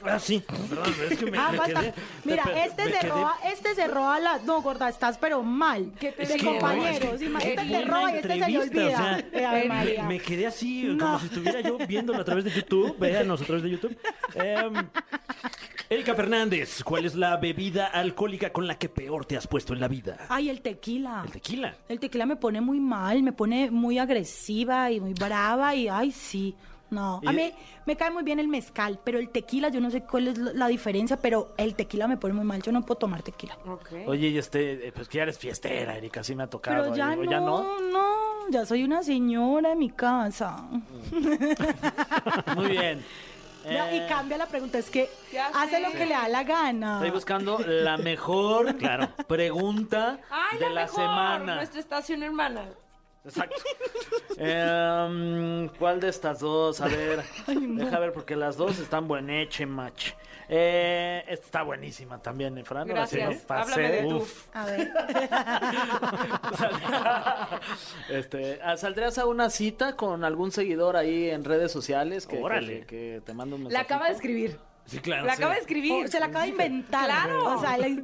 Speaker 4: Ah, sí. Perdón, es que me,
Speaker 5: Ah,
Speaker 4: me
Speaker 5: basta.
Speaker 4: quedé-
Speaker 5: Mira,
Speaker 4: me-
Speaker 5: este
Speaker 4: me
Speaker 5: se
Speaker 4: quedé-
Speaker 5: roba, este se roba la. No, gorda, estás pero mal.
Speaker 2: ¿Qué te
Speaker 5: de
Speaker 2: digo?
Speaker 5: compañeros.
Speaker 2: Sí,
Speaker 5: ima-
Speaker 2: qué
Speaker 5: Este
Speaker 4: Fue
Speaker 5: se
Speaker 4: una
Speaker 5: roba y este se le
Speaker 4: entrevista,
Speaker 5: olvida.
Speaker 4: o sea,
Speaker 5: Eh, Ave
Speaker 4: me-
Speaker 5: María.
Speaker 4: Me, quedé así,
Speaker 5: No.
Speaker 4: como si estuviera yo viéndolo a través de YouTube. Véanos a través de YouTube. Em, Erika Fernández, ¿cuál es la bebida alcohólica con la que peor te has puesto en la vida?
Speaker 5: Ay, el tequila.
Speaker 4: El tequila.
Speaker 5: El tequila me pone muy mal, me pone muy agresiva y muy brava y ay, sí. No, a
Speaker 4: Y-
Speaker 5: mí me cae muy bien el mezcal, pero el tequila, yo no sé cuál es la la diferencia, pero el tequila me pone muy mal, yo no puedo tomar tequila.
Speaker 2: Ok.
Speaker 3: Oye, y este, eh, pues que ya eres fiestera, Erika, sí me ha tocado. ¿eh?
Speaker 5: Pero ya
Speaker 3: y- o
Speaker 5: no, no, ya soy una señora en mi casa.
Speaker 3: Muy bien.
Speaker 5: Ya,
Speaker 3: Eh,
Speaker 5: y cambia la pregunta, es que
Speaker 2: Ya
Speaker 5: hace
Speaker 2: sé.
Speaker 5: lo que le da la gana.
Speaker 3: Estoy buscando la mejor
Speaker 4: Claro.
Speaker 3: pregunta
Speaker 2: Ay,
Speaker 3: de
Speaker 2: la,
Speaker 3: la,
Speaker 2: mejor,
Speaker 3: semana.
Speaker 2: Nuestra estación hermana.
Speaker 3: Exacto. Em, ¿Cuál de estas dos? A ver, deja ver, porque las dos están bueneche, match. Eh, esta está buenísima también, eh, Fran. Ahora sí
Speaker 2: Gracias.
Speaker 3: me pasé.
Speaker 2: Háblame de tú.
Speaker 3: Uf.
Speaker 5: A ver,
Speaker 3: Este, ah, ¿Saldrías a una cita con algún seguidor ahí en redes sociales? Que,
Speaker 4: Órale.
Speaker 3: Que, que te mando un mensaje.
Speaker 2: La acaba de escribir.
Speaker 4: Sí, claro.
Speaker 2: La acaba de escribir.
Speaker 5: Oh, se la acaba de inventar.
Speaker 2: Claro.
Speaker 5: O sea, la-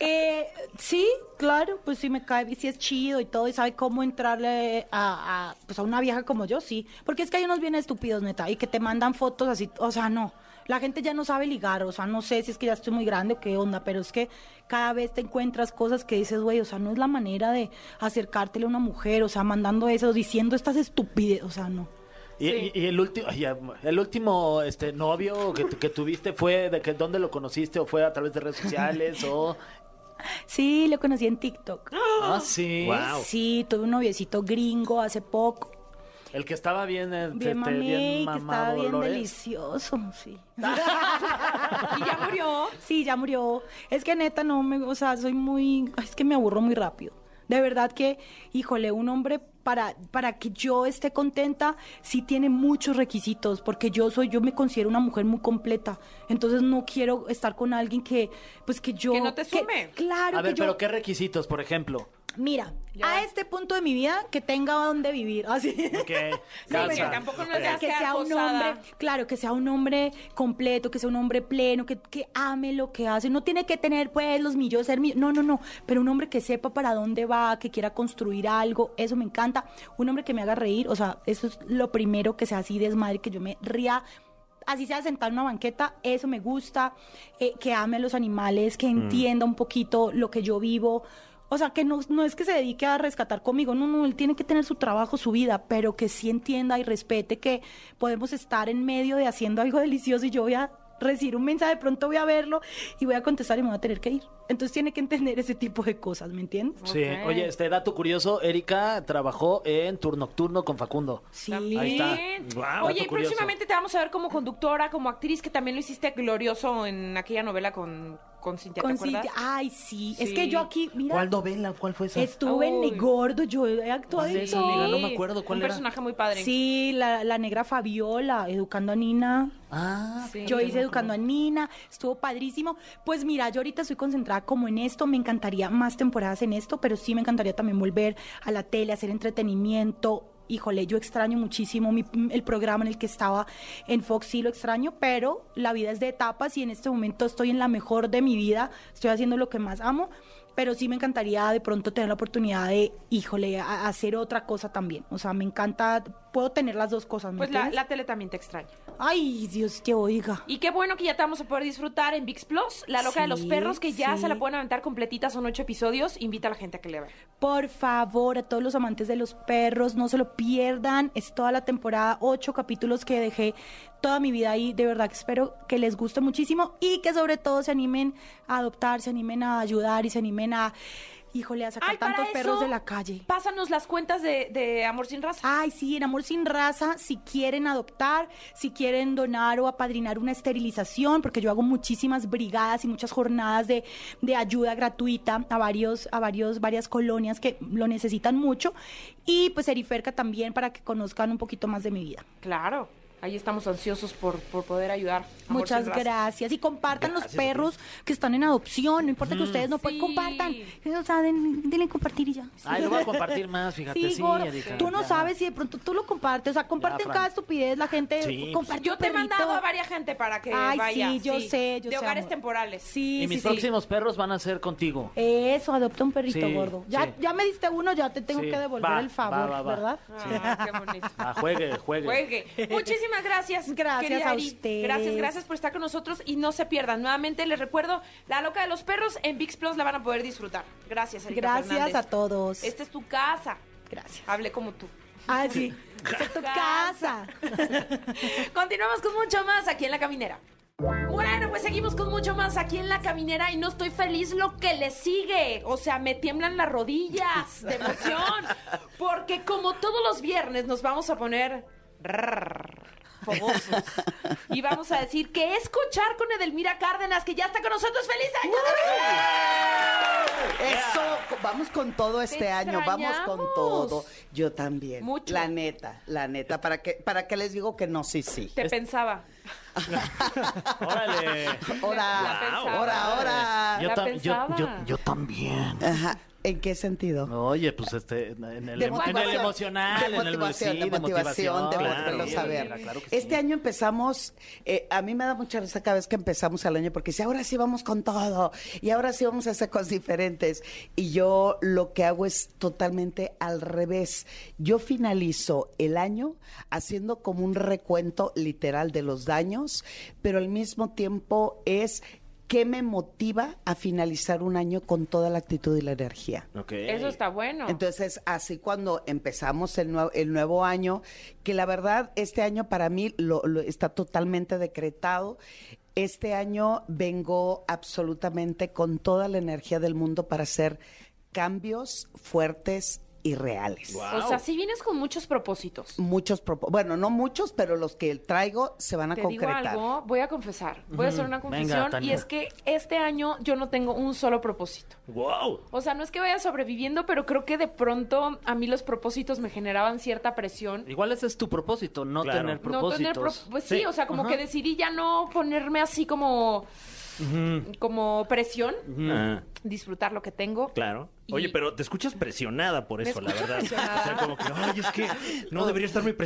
Speaker 5: Eh, sí, claro, pues sí me cae, sí es chido y todo, y sabe cómo entrarle a, a, pues a una vieja como yo, sí. Porque es que hay unos bien estúpidos, neta, y que te mandan fotos así, o sea, no. La gente ya no sabe ligar, o sea, no sé si es que ya estoy muy grande o qué onda, pero es que cada vez te encuentras cosas que dices, güey, o sea, no es la manera de acercártele a una mujer, o sea, mandando eso, diciendo estas estupideces, o sea, no.
Speaker 3: Y,
Speaker 2: Sí.
Speaker 3: y- y el último, ay, am- el último este novio que, tu- que tuviste fue de que dónde lo conociste o fue a través de redes sociales o
Speaker 5: Sí, lo conocí en TikTok.
Speaker 3: ah sí,
Speaker 4: Wow.
Speaker 5: Sí, tuve un noviecito gringo hace poco.
Speaker 3: el que estaba bien eh,
Speaker 5: Bien
Speaker 3: este,
Speaker 5: mamey,
Speaker 3: bien
Speaker 5: que
Speaker 3: mamado
Speaker 5: estaba bien
Speaker 3: Dolores.
Speaker 5: delicioso, sí.
Speaker 2: Y ya murió.
Speaker 5: Sí, ya murió. Es que neta no me, o sea, soy muy, ay, es que me aburro muy rápido. De verdad que, híjole, un hombre para para que yo esté contenta sí tiene muchos requisitos, porque yo soy yo me considero una mujer muy completa. Entonces no quiero estar con alguien que pues que yo
Speaker 2: Que no te sume.
Speaker 5: claro
Speaker 3: a ver
Speaker 5: que yo
Speaker 3: pero qué requisitos por ejemplo
Speaker 5: Mira,
Speaker 2: Ya.
Speaker 5: a este punto de mi vida que tenga donde vivir, así.
Speaker 3: que
Speaker 2: No,
Speaker 3: casa.
Speaker 2: pero tampoco no
Speaker 3: Ok.
Speaker 2: seas
Speaker 5: que
Speaker 2: que
Speaker 5: sea un
Speaker 2: acosada.
Speaker 5: hombre, claro, que sea un hombre completo, que sea un hombre pleno, que, que ame lo que hace. No tiene que tener, pues, los millones, ser mi- No, no, no. Pero un hombre que sepa para dónde va, que quiera construir algo, eso me encanta. Un hombre que me haga reír, o sea, eso es lo primero que sea así desmadre, que yo me ría. Así sea sentar en una banqueta, eso me gusta. eh, que ame a los animales, que
Speaker 3: Mm.
Speaker 5: entienda un poquito lo que yo vivo. O sea, que no, no es que se dedique a rescatar conmigo, no, no, él tiene que tener su trabajo, su vida, pero que sí entienda y respete que podemos estar en medio de haciendo algo delicioso y yo voy a recibir un mensaje, de pronto voy a verlo y voy a contestar y me voy a tener que ir. Entonces tiene que entender ese tipo de cosas, ¿me entiendes?
Speaker 3: sí
Speaker 2: Ok.
Speaker 3: oye este dato curioso Erika trabajó en turno nocturno con Facundo
Speaker 5: Sí.
Speaker 3: Ahí está.
Speaker 2: Bien.
Speaker 4: Guau,
Speaker 2: Oye,
Speaker 3: dato
Speaker 2: y
Speaker 3: curioso.
Speaker 2: próximamente te vamos a ver como conductora, como actriz, que también lo hiciste glorioso en aquella novela con con Cintia, ¿te
Speaker 5: Con
Speaker 2: acuerdas?
Speaker 5: Cintia. Ay, sí. Es
Speaker 2: Sí.
Speaker 5: que yo aquí, mira,
Speaker 3: ¿Cuál novela? ¿Cuál fue esa?
Speaker 5: estuve en
Speaker 2: Uy. Pues
Speaker 5: Gordo, yo he actuado
Speaker 3: ¿Cuál
Speaker 5: en
Speaker 3: es, amiga?
Speaker 5: todo.
Speaker 3: No me acuerdo cuál
Speaker 2: un
Speaker 3: era.
Speaker 2: personaje muy padre.
Speaker 5: Sí, la, la negra Fabiola, educando a Nina.
Speaker 3: Ah,
Speaker 2: Sí.
Speaker 5: Yo hice educando a Nina, estuvo padrísimo. Pues mira, yo ahorita estoy concentrada como en esto, me encantaría más temporadas en esto, pero sí me encantaría también volver a la tele, hacer entretenimiento. Híjole, yo extraño muchísimo mi- el programa en el que estaba en Fox, sí lo extraño, pero la vida es de etapas y en este momento estoy en la mejor de mi vida, estoy haciendo lo que más amo, pero sí me encantaría de pronto tener la oportunidad de, híjole, a- hacer otra cosa también. O sea, me encanta, puedo tener las dos cosas. ¿me
Speaker 2: Pues la,
Speaker 5: entiendes?
Speaker 2: la tele también te extraña.
Speaker 5: Ay, Dios te oiga.
Speaker 2: Y qué bueno que ya te vamos a poder disfrutar en VIX Plus, La Loca de los
Speaker 5: Sí,
Speaker 2: Perros, que ya
Speaker 5: sí.
Speaker 2: se la pueden aventar completita, son ocho episodios. Invita a la gente a que le vea.
Speaker 5: Por favor, a todos los amantes de los perros, no se lo pierdan. Es toda la temporada, ocho capítulos que dejé toda mi vida ahí. De verdad que espero que les guste muchísimo y que sobre todo se animen a adoptar, se animen a ayudar y se animen a, híjole, a sacar
Speaker 2: Ay, para
Speaker 5: tantos perros
Speaker 2: eso,
Speaker 5: de la calle.
Speaker 2: Pásanos las cuentas de, de Amor Sin Raza.
Speaker 5: Ay, sí, en Amor Sin Raza, si quieren adoptar, si quieren donar o apadrinar una esterilización, porque yo hago muchísimas brigadas y muchas jornadas de, de ayuda gratuita a varios, a varios, varias colonias que lo necesitan mucho. Y pues Eriferca también para que conozcan un poquito más de mi vida.
Speaker 2: Claro, ahí estamos ansiosos por, por poder ayudar. Amor
Speaker 5: Muchas
Speaker 2: Sin Raza.
Speaker 5: gracias. Y compartan los perros que están en adopción. No importa que ustedes no puedan,
Speaker 2: Sí.
Speaker 5: compartan. O sea, den- denle compartir y ya.
Speaker 3: Ay, lo voy a compartir más, fíjate.
Speaker 5: Sí,
Speaker 3: Sí,
Speaker 5: gordo.
Speaker 3: Erika,
Speaker 5: tú no
Speaker 3: ya.
Speaker 5: sabes si de pronto tú lo compartes. O sea, comparten
Speaker 3: Fran.
Speaker 5: cada estupidez. La gente
Speaker 3: Sí,
Speaker 5: comparte
Speaker 2: Yo
Speaker 5: un
Speaker 2: te he
Speaker 5: perrito.
Speaker 2: mandado a varias gente para que
Speaker 5: Ay,
Speaker 2: vaya.
Speaker 5: sí, yo sé, yo
Speaker 2: De
Speaker 5: sé,
Speaker 2: hogares
Speaker 5: amor.
Speaker 2: temporales.
Speaker 5: Sí,
Speaker 3: Y
Speaker 5: sí,
Speaker 3: mis
Speaker 5: sí. Eh.
Speaker 3: próximos perros van a ser contigo.
Speaker 5: Eso, adopta un perrito
Speaker 3: Sí,
Speaker 5: gordo. Ya,
Speaker 3: sí.
Speaker 5: ya me diste uno, ya te tengo
Speaker 3: Sí,
Speaker 5: que devolver
Speaker 3: va,
Speaker 5: el favor,
Speaker 3: va, va, va.
Speaker 5: ¿verdad?
Speaker 2: Ah, qué bonito.
Speaker 3: Ah, juegue, juegue.
Speaker 2: Juegue. Muchísimas gracias.
Speaker 5: Gracias
Speaker 2: querida
Speaker 5: a
Speaker 2: Ari.
Speaker 5: ustedes.
Speaker 2: Gracias, gracias por estar con nosotros y no se pierdan. Nuevamente les recuerdo, La Loca de los Perros en VIX Plus la van a poder disfrutar. Gracias, Erika
Speaker 5: Gracias
Speaker 2: Fernández.
Speaker 5: a todos.
Speaker 2: Esta es tu casa.
Speaker 5: Gracias.
Speaker 2: Hable como tú.
Speaker 5: Ah, sí. Esta es tu
Speaker 2: Casa.
Speaker 5: casa.
Speaker 2: Continuamos con mucho más aquí en La Caminera. Bueno, pues seguimos con mucho más aquí en La Caminera y no estoy feliz lo que le sigue. O sea, me tiemblan las rodillas de emoción. Porque como todos los viernes nos vamos a poner... rrr, Fogosos. Y vamos a decir que escuchar con Edelmira Cárdenas, que ya está con nosotros. ¡Feliz año!
Speaker 6: Eso, vamos con todo este año, vamos con
Speaker 2: extrañamos.
Speaker 6: todo. Yo también.
Speaker 2: Mucho.
Speaker 6: La neta, la neta. ¿Para qué, ¿Para qué les digo que no? Sí, sí.
Speaker 2: Te pensaba.
Speaker 4: Órale.
Speaker 2: La
Speaker 6: Ahora,
Speaker 2: pensaba.
Speaker 6: ahora, ahora.
Speaker 3: Yo,
Speaker 2: La
Speaker 3: tam- yo,
Speaker 2: pensaba.
Speaker 3: yo- yo también.
Speaker 6: Ajá. ¿En qué sentido?
Speaker 3: Oye, pues este, en el, emo-
Speaker 6: De
Speaker 3: en el
Speaker 6: motivación.
Speaker 3: emocional,
Speaker 6: de
Speaker 3: en el
Speaker 6: motivación,
Speaker 3: sí,
Speaker 6: de motivación, de volverlo
Speaker 3: claro,
Speaker 6: a ver.
Speaker 3: mira, claro que sí.
Speaker 6: este año empezamos, eh, a mí me da mucha risa cada vez que empezamos el año porque dice, ahora sí vamos con todo y ahora sí vamos a hacer cosas diferentes. Y yo lo que hago es totalmente al revés. Yo finalizo el año haciendo como un recuento literal de los daños, pero al mismo tiempo es... ¿Qué me motiva a finalizar un año con toda la actitud y la energía?
Speaker 4: Ok.
Speaker 2: Eso está bueno.
Speaker 6: Entonces, así cuando empezamos el, nue- el nuevo año, que la verdad, este año para mí lo, lo- está totalmente decretado. Este año vengo absolutamente con toda la energía del mundo para hacer cambios fuertes y reales.
Speaker 2: o sea, sí vienes con muchos propósitos.
Speaker 6: Muchos, propo- bueno, no muchos, pero los que traigo se van a
Speaker 2: Te
Speaker 6: concretar.
Speaker 2: digo algo, voy a confesar, voy a hacer una
Speaker 3: Venga,
Speaker 2: confesión y
Speaker 3: Tania.
Speaker 2: es que este año yo no tengo un solo propósito.
Speaker 4: Wow.
Speaker 2: O sea, no es que vaya sobreviviendo, pero creo que de pronto a mí los propósitos me generaban cierta presión.
Speaker 3: Igual ese es tu propósito, no
Speaker 4: Claro.
Speaker 3: tener
Speaker 2: No
Speaker 3: propósitos.
Speaker 2: tener pro- pues sí,
Speaker 4: Sí,
Speaker 2: o sea, como
Speaker 3: ajá.
Speaker 2: que decidí ya no ponerme así como como presión,
Speaker 3: Mm.
Speaker 4: Ah,
Speaker 2: disfrutar lo que tengo.
Speaker 4: Claro.
Speaker 2: Y-
Speaker 4: Oye, pero te escuchas presionada por
Speaker 2: Me
Speaker 4: eso, la
Speaker 2: escucho
Speaker 4: verdad.
Speaker 2: presionada.
Speaker 4: O sea, como que, ay, es que no debería estarme
Speaker 2: No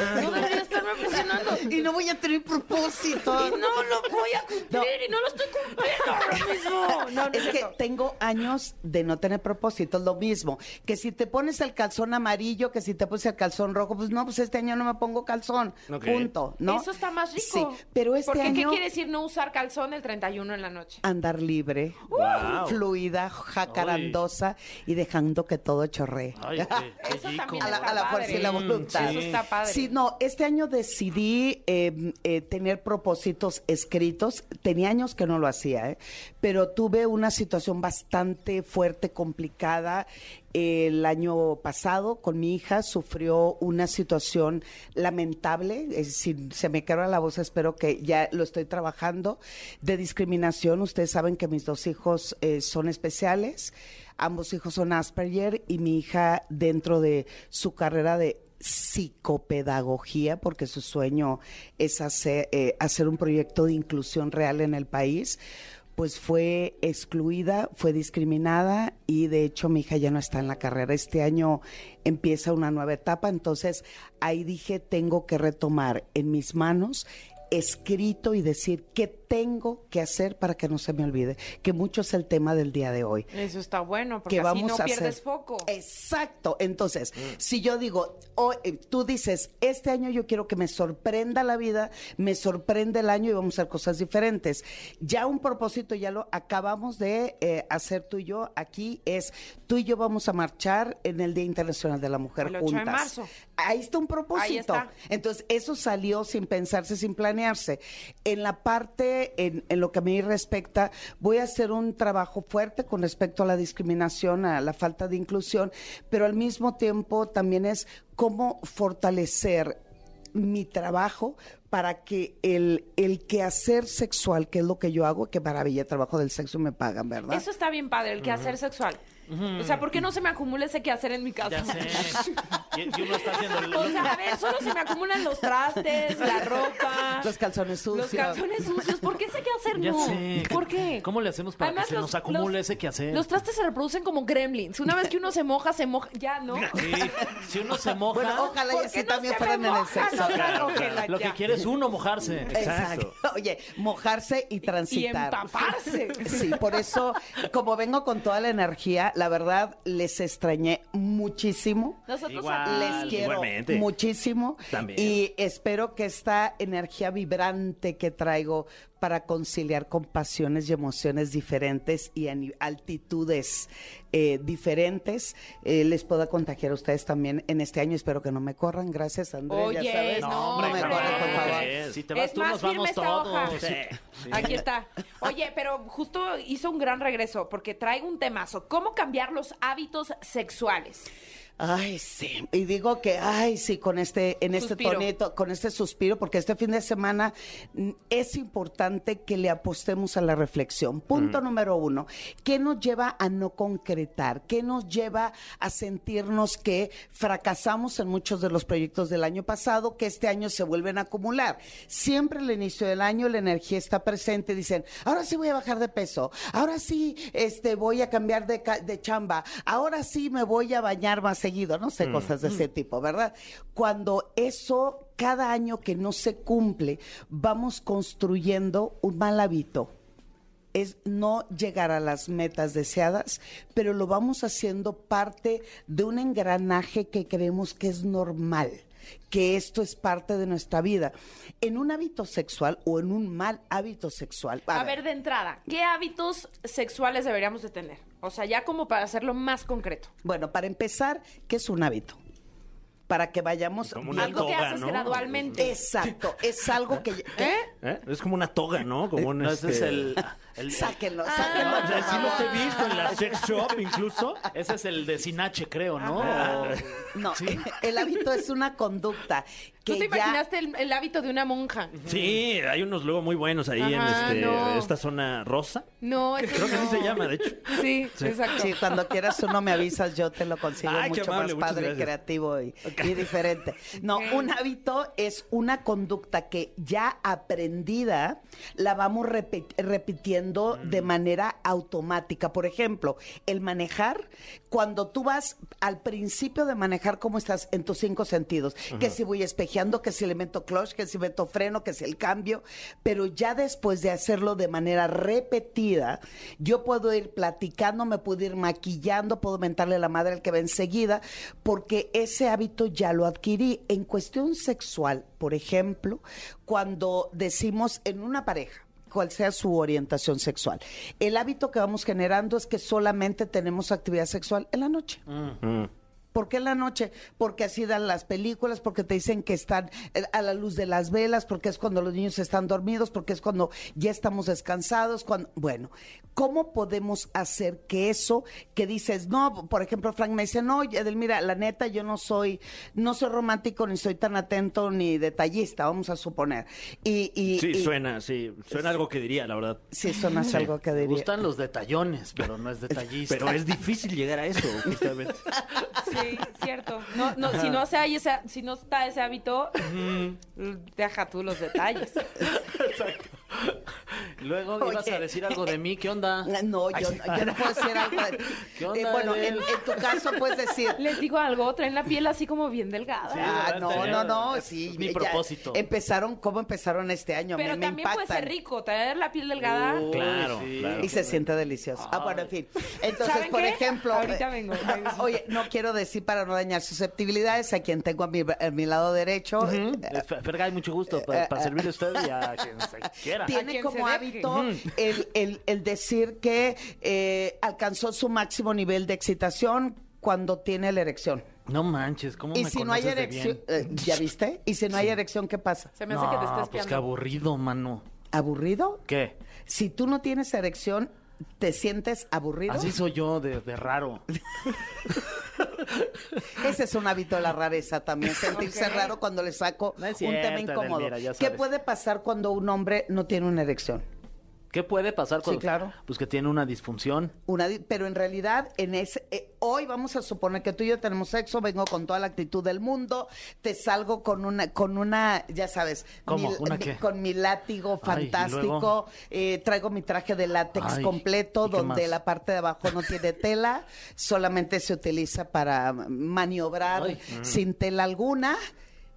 Speaker 4: presionando.
Speaker 2: debería estarme presionando.
Speaker 6: Y no voy a tener propósito.
Speaker 2: Y no lo voy a cumplir y no lo estoy cumpliendo ahora mismo. No, no es
Speaker 6: es que
Speaker 2: cierto.
Speaker 6: tengo años de no tener propósito, es lo mismo. Que si te pones el calzón amarillo, que si te pones el calzón rojo, pues no, pues este año no me pongo calzón.
Speaker 4: Ok.
Speaker 6: Punto, ¿no?
Speaker 2: Eso está más rico.
Speaker 6: Sí, pero este
Speaker 2: Porque, ¿qué
Speaker 6: año
Speaker 2: quiere decir no usar calzón el 31 en la noche?
Speaker 6: andar libre,
Speaker 4: Wow.
Speaker 6: fluida, jacarandosa y dejando que todo chorree.
Speaker 3: Ay, qué- qué
Speaker 2: Eso
Speaker 3: rico.
Speaker 2: también
Speaker 6: A la,
Speaker 2: está
Speaker 6: a la fuerza
Speaker 2: padre.
Speaker 6: y la voluntad.
Speaker 2: Eso está padre.
Speaker 6: Sí, no, este año de- decidí eh, eh, tener propósitos escritos. Tenía años que no lo hacía, ¿eh? pero tuve una situación bastante fuerte, complicada. El año pasado con mi hija sufrió una situación lamentable, eh, si se me quebra la voz espero que ya lo estoy trabajando, de discriminación. Ustedes saben que mis dos hijos eh, son especiales, ambos hijos son Asperger y mi hija dentro de su carrera de psicopedagogía, porque su sueño es hacer, eh, hacer un proyecto de inclusión real en el país, pues fue excluida, fue discriminada y de hecho mi hija ya no está en la carrera. Este año empieza una nueva etapa, entonces ahí dije, tengo que retomar en mis manos escrito y decir qué tengo que hacer para que no se me olvide, que mucho es el tema del día de hoy.
Speaker 2: Eso está bueno, porque
Speaker 6: que
Speaker 2: así
Speaker 6: vamos
Speaker 2: no
Speaker 6: a hacer. Eh,
Speaker 2: pierdes foco. Mm.
Speaker 6: Exacto. Entonces, si yo digo, o- eh, tú dices, este año yo quiero que me sorprenda la vida, me sorprende el año y vamos a hacer cosas diferentes. Ya un propósito, ya lo acabamos de eh, hacer tú y yo aquí, es tú y yo vamos a marchar en el Día Internacional de la Mujer
Speaker 2: El 8 de
Speaker 6: juntas.
Speaker 2: marzo.
Speaker 6: Ahí está un propósito.
Speaker 2: Ahí está.
Speaker 6: Entonces, eso salió sin pensarse, sin planearse. En la parte, en, en lo que a mí respecta, voy a hacer un trabajo fuerte con respecto a la discriminación, a la falta de inclusión, pero al mismo tiempo también es cómo fortalecer mi trabajo para que el, el quehacer sexual, que es lo que yo hago, qué maravilla, trabajo del sexo me pagan, ¿verdad?
Speaker 2: Eso está bien padre, el quehacer sexual. O sea, ¿por qué no se me acumula ese quehacer en mi casa?
Speaker 3: Ya sé. Y, y uno está haciendo lo-
Speaker 2: O sea, a ver, solo se me acumulan los trastes, la ropa.
Speaker 6: Los calzones
Speaker 2: Los
Speaker 6: sucios.
Speaker 2: calzones sucios, ¿por qué ese quehacer
Speaker 3: Ya
Speaker 2: no?
Speaker 3: sé.
Speaker 2: ¿Por qué?
Speaker 3: ¿Cómo le hacemos para que se nos acumule ese quehacer?
Speaker 2: Los trastes se reproducen como gremlins. Una vez que uno se moja, se moja. Ya, ¿no?
Speaker 3: Sí, si uno se moja,
Speaker 6: Bueno, ojalá y
Speaker 2: ¿Por
Speaker 6: así
Speaker 2: qué no
Speaker 6: también
Speaker 2: se
Speaker 6: fueran
Speaker 2: me
Speaker 6: en el
Speaker 2: mojan?
Speaker 6: sexo.
Speaker 2: Ojalá, ojalá,
Speaker 3: lo que
Speaker 2: ya.
Speaker 3: quiere es uno mojarse.
Speaker 6: Exacto. Oye, mojarse y
Speaker 2: Y
Speaker 6: transitar.
Speaker 2: empaparse.
Speaker 6: Sí, por eso, como vengo con toda la energía, la verdad les extrañé muchísimo.
Speaker 2: Nosotros
Speaker 3: Igual.
Speaker 2: a
Speaker 6: Les
Speaker 2: ti.
Speaker 6: quiero
Speaker 4: igualmente.
Speaker 6: muchísimo.
Speaker 4: También.
Speaker 6: Y espero que esta energía vibrante que traigo para conciliar con pasiones y emociones diferentes y a ni- altitudes eh, diferentes eh, les pueda contagiar a ustedes también en este año. Espero que no me corran. Gracias, Andrea.
Speaker 2: Oye,
Speaker 6: ya sabes.
Speaker 2: No,
Speaker 6: no
Speaker 2: hombre.
Speaker 6: me corran, por favor.
Speaker 3: Si te vas
Speaker 2: es
Speaker 3: tú,
Speaker 2: más
Speaker 3: nos
Speaker 2: firme
Speaker 3: vamos
Speaker 2: esta
Speaker 3: todos.
Speaker 2: hoja.
Speaker 4: Sí.
Speaker 2: Aquí está. Oye, pero justo hizo un gran regreso porque traigo un temazo. ¿Cómo cambiar los hábitos sexuales?
Speaker 6: Ay, sí. Y digo que, ay, sí, con este, en este
Speaker 2: Suspiro.
Speaker 6: tonito, con este suspiro, porque este fin de semana mm, es importante que le apostemos a la reflexión. Punto número uno. ¿Qué nos lleva a no concretar? ¿Qué nos lleva a sentirnos que fracasamos en muchos de los proyectos del año pasado, que este año se vuelven a acumular? Siempre al inicio del año la energía está presente. Dicen, ahora sí voy a bajar de peso. Ahora sí, este, voy a cambiar de, ca- de chamba. Ahora sí me voy a bañar más seguido. No sé, cosas de ese tipo, ¿verdad? Cuando eso, cada año que no se cumple, vamos construyendo un mal hábito es no llegar a las metas deseadas, pero lo vamos haciendo parte de un engranaje que creemos que es normal, que esto es parte de nuestra vida. En un hábito sexual o en un mal hábito sexual.
Speaker 2: A, ver, de entrada, ¿qué hábitos sexuales deberíamos de tener? O sea, ya como para hacerlo más concreto.
Speaker 6: Bueno, para empezar, ¿qué es un hábito? Para que vayamos...
Speaker 4: Como una
Speaker 6: viendo-
Speaker 2: Algo que
Speaker 4: toga,
Speaker 2: haces
Speaker 4: ¿no?
Speaker 2: gradualmente.
Speaker 6: Exacto, es algo que... ¿Eh?
Speaker 4: ¿Eh? Es como una toga, ¿no? Como un,
Speaker 3: Eh, No, ese es
Speaker 4: este-
Speaker 3: el, el-
Speaker 6: Sáquenlo,
Speaker 4: No,
Speaker 2: Ah.
Speaker 6: sáquenlo.
Speaker 4: o sea,
Speaker 6: por
Speaker 4: sí los
Speaker 6: favor.
Speaker 4: he visto en la sex shop incluso.
Speaker 3: ese es el de Sinache, creo, ¿no?
Speaker 6: No, el hábito es una conducta que
Speaker 2: ¿Tú te
Speaker 6: ya...
Speaker 2: imaginaste el, el hábito de una monja?
Speaker 4: Sí, hay unos luego muy buenos ahí
Speaker 2: Ajá,
Speaker 4: en este,
Speaker 2: no.
Speaker 4: esta zona rosa.
Speaker 2: No, eso
Speaker 4: Creo que así
Speaker 2: no.
Speaker 4: se llama, de hecho.
Speaker 2: Sí, exacto.
Speaker 6: Sí, cuando quieras uno me avisas, yo te lo consigo
Speaker 4: Ay, qué
Speaker 6: mucho
Speaker 4: amable,
Speaker 6: más
Speaker 4: muchas
Speaker 6: padre, y
Speaker 4: gracias.
Speaker 6: creativo y, y diferente. No, un hábito es una conducta que ya aprendida la vamos repi- repitiendo
Speaker 4: Mm.
Speaker 6: de manera automática. Por ejemplo, el manejar, cuando tú vas al principio de manejar, ¿cómo estás? En tus cinco sentidos. Que si voy espejeando, que si le meto clutch, que si meto freno, que si el cambio. Pero ya después de hacerlo de manera repetida, yo puedo ir platicando, me puedo ir maquillando, puedo mentarle la madre al que va enseguida, porque ese hábito ya lo adquirí. En cuestión sexual, por ejemplo, cuando decimos en una pareja, cual sea su orientación sexual. El hábito que vamos generando es que solamente tenemos actividad sexual en la noche. ¿Por qué en la noche? Porque así dan las películas, porque te dicen que están eh, a la luz de las velas, porque es cuando los niños están dormidos, porque es cuando ya estamos descansados, cuando bueno, ¿cómo podemos hacer que eso que dices, no, por ejemplo, Frank me dice, "No, mira, la neta yo no soy no soy romántico ni soy tan atento ni detallista, vamos a suponer." Y, y-
Speaker 4: Sí,
Speaker 6: y-
Speaker 4: suena, sí. Suena algo que diría, la verdad.
Speaker 6: Sí, eso no es algo que
Speaker 3: Me
Speaker 6: diría.
Speaker 3: gustan los detallones, pero no es detallista.
Speaker 4: Pero es difícil llegar a eso, justamente.
Speaker 2: Sí, cierto. No, no, si no se hay ese, si no está ese hábito, deja tú los detalles.
Speaker 3: Luego ibas
Speaker 6: Oye. Ah,
Speaker 3: a decir algo de mí, ¿qué onda?
Speaker 6: No, yo, yo no puedo decir algo. de-
Speaker 3: ¿Qué onda,
Speaker 6: Eh, bueno, en,
Speaker 3: Adel?
Speaker 6: en tu caso puedes decir.
Speaker 2: Les digo algo, traen la piel así como bien delgada.
Speaker 3: Sí,
Speaker 6: Ah,
Speaker 3: ¿verdad?
Speaker 6: no,
Speaker 3: Tener-
Speaker 6: no, no,
Speaker 3: es
Speaker 6: sí.
Speaker 3: mi
Speaker 6: ya
Speaker 3: propósito.
Speaker 6: Empezaron, ¿cómo empezaron este año?
Speaker 2: Pero
Speaker 6: me, me
Speaker 2: también puede ser
Speaker 6: impactan.
Speaker 2: rico, traer la piel delgada.
Speaker 3: Uy,
Speaker 4: Claro, claro.
Speaker 6: Y se siente delicioso. Ah, bueno, en fin. Entonces,
Speaker 2: ¿Saben
Speaker 6: por
Speaker 2: qué?
Speaker 6: ejemplo. eh,
Speaker 2: Ahorita vengo.
Speaker 6: Oye, no quiero decir para no dañar susceptibilidades a quien tengo a mi, a mi lado derecho.
Speaker 3: Eh, Fer- Fergay, mucho gusto para,
Speaker 6: eh,
Speaker 3: para servirle a usted y a quien se quiera.
Speaker 2: A
Speaker 6: tiene
Speaker 2: quien
Speaker 6: como
Speaker 2: se deje.
Speaker 6: hábito el, el- el decir que eh, alcanzó su máximo nivel de excitación cuando tiene la erección.
Speaker 3: No manches, ¿cómo
Speaker 6: Y
Speaker 3: me
Speaker 6: si no hay
Speaker 3: conoces de
Speaker 6: erección,
Speaker 3: bien?
Speaker 6: eh, ¿ya viste? Y si no hay erección, ¿qué pasa?
Speaker 2: Se me hace que te
Speaker 3: No,
Speaker 2: estés
Speaker 3: pues qué
Speaker 2: piando.
Speaker 3: aburrido, mano.
Speaker 6: ¿Aburrido?
Speaker 3: ¿Qué?
Speaker 6: Si tú no tienes erección, ¿te sientes aburrido?
Speaker 3: Así soy yo, de, de raro.
Speaker 6: Ese es un hábito de la rareza también, sentirse
Speaker 2: Ok.
Speaker 6: raro cuando le saco
Speaker 3: No es
Speaker 6: un tema
Speaker 3: cierto,
Speaker 6: incómodo.
Speaker 3: Edelmira, ya
Speaker 6: ¿Qué
Speaker 3: sabes.
Speaker 6: puede pasar cuando un hombre no tiene una erección?
Speaker 3: ¿Qué puede pasar cuando...
Speaker 6: claro.
Speaker 3: Pues que tiene una disfunción.
Speaker 6: Una di- pero en realidad, en ese, eh, hoy vamos a suponer que tú y yo tenemos sexo, vengo con toda la actitud del mundo, te salgo con una, con una, ya sabes,
Speaker 3: ¿Cómo?
Speaker 6: mi-
Speaker 3: ¿Una
Speaker 6: mi-
Speaker 3: qué?
Speaker 6: con mi
Speaker 3: Ay,
Speaker 6: látigo
Speaker 3: ¿y luego?
Speaker 6: fantástico, eh, traigo mi traje de látex
Speaker 3: Ay,
Speaker 6: completo,
Speaker 3: ¿y qué
Speaker 6: donde
Speaker 3: más?
Speaker 6: la parte de abajo no tiene tela, solamente se utiliza para maniobrar
Speaker 3: Ay. mm.
Speaker 6: sin tela alguna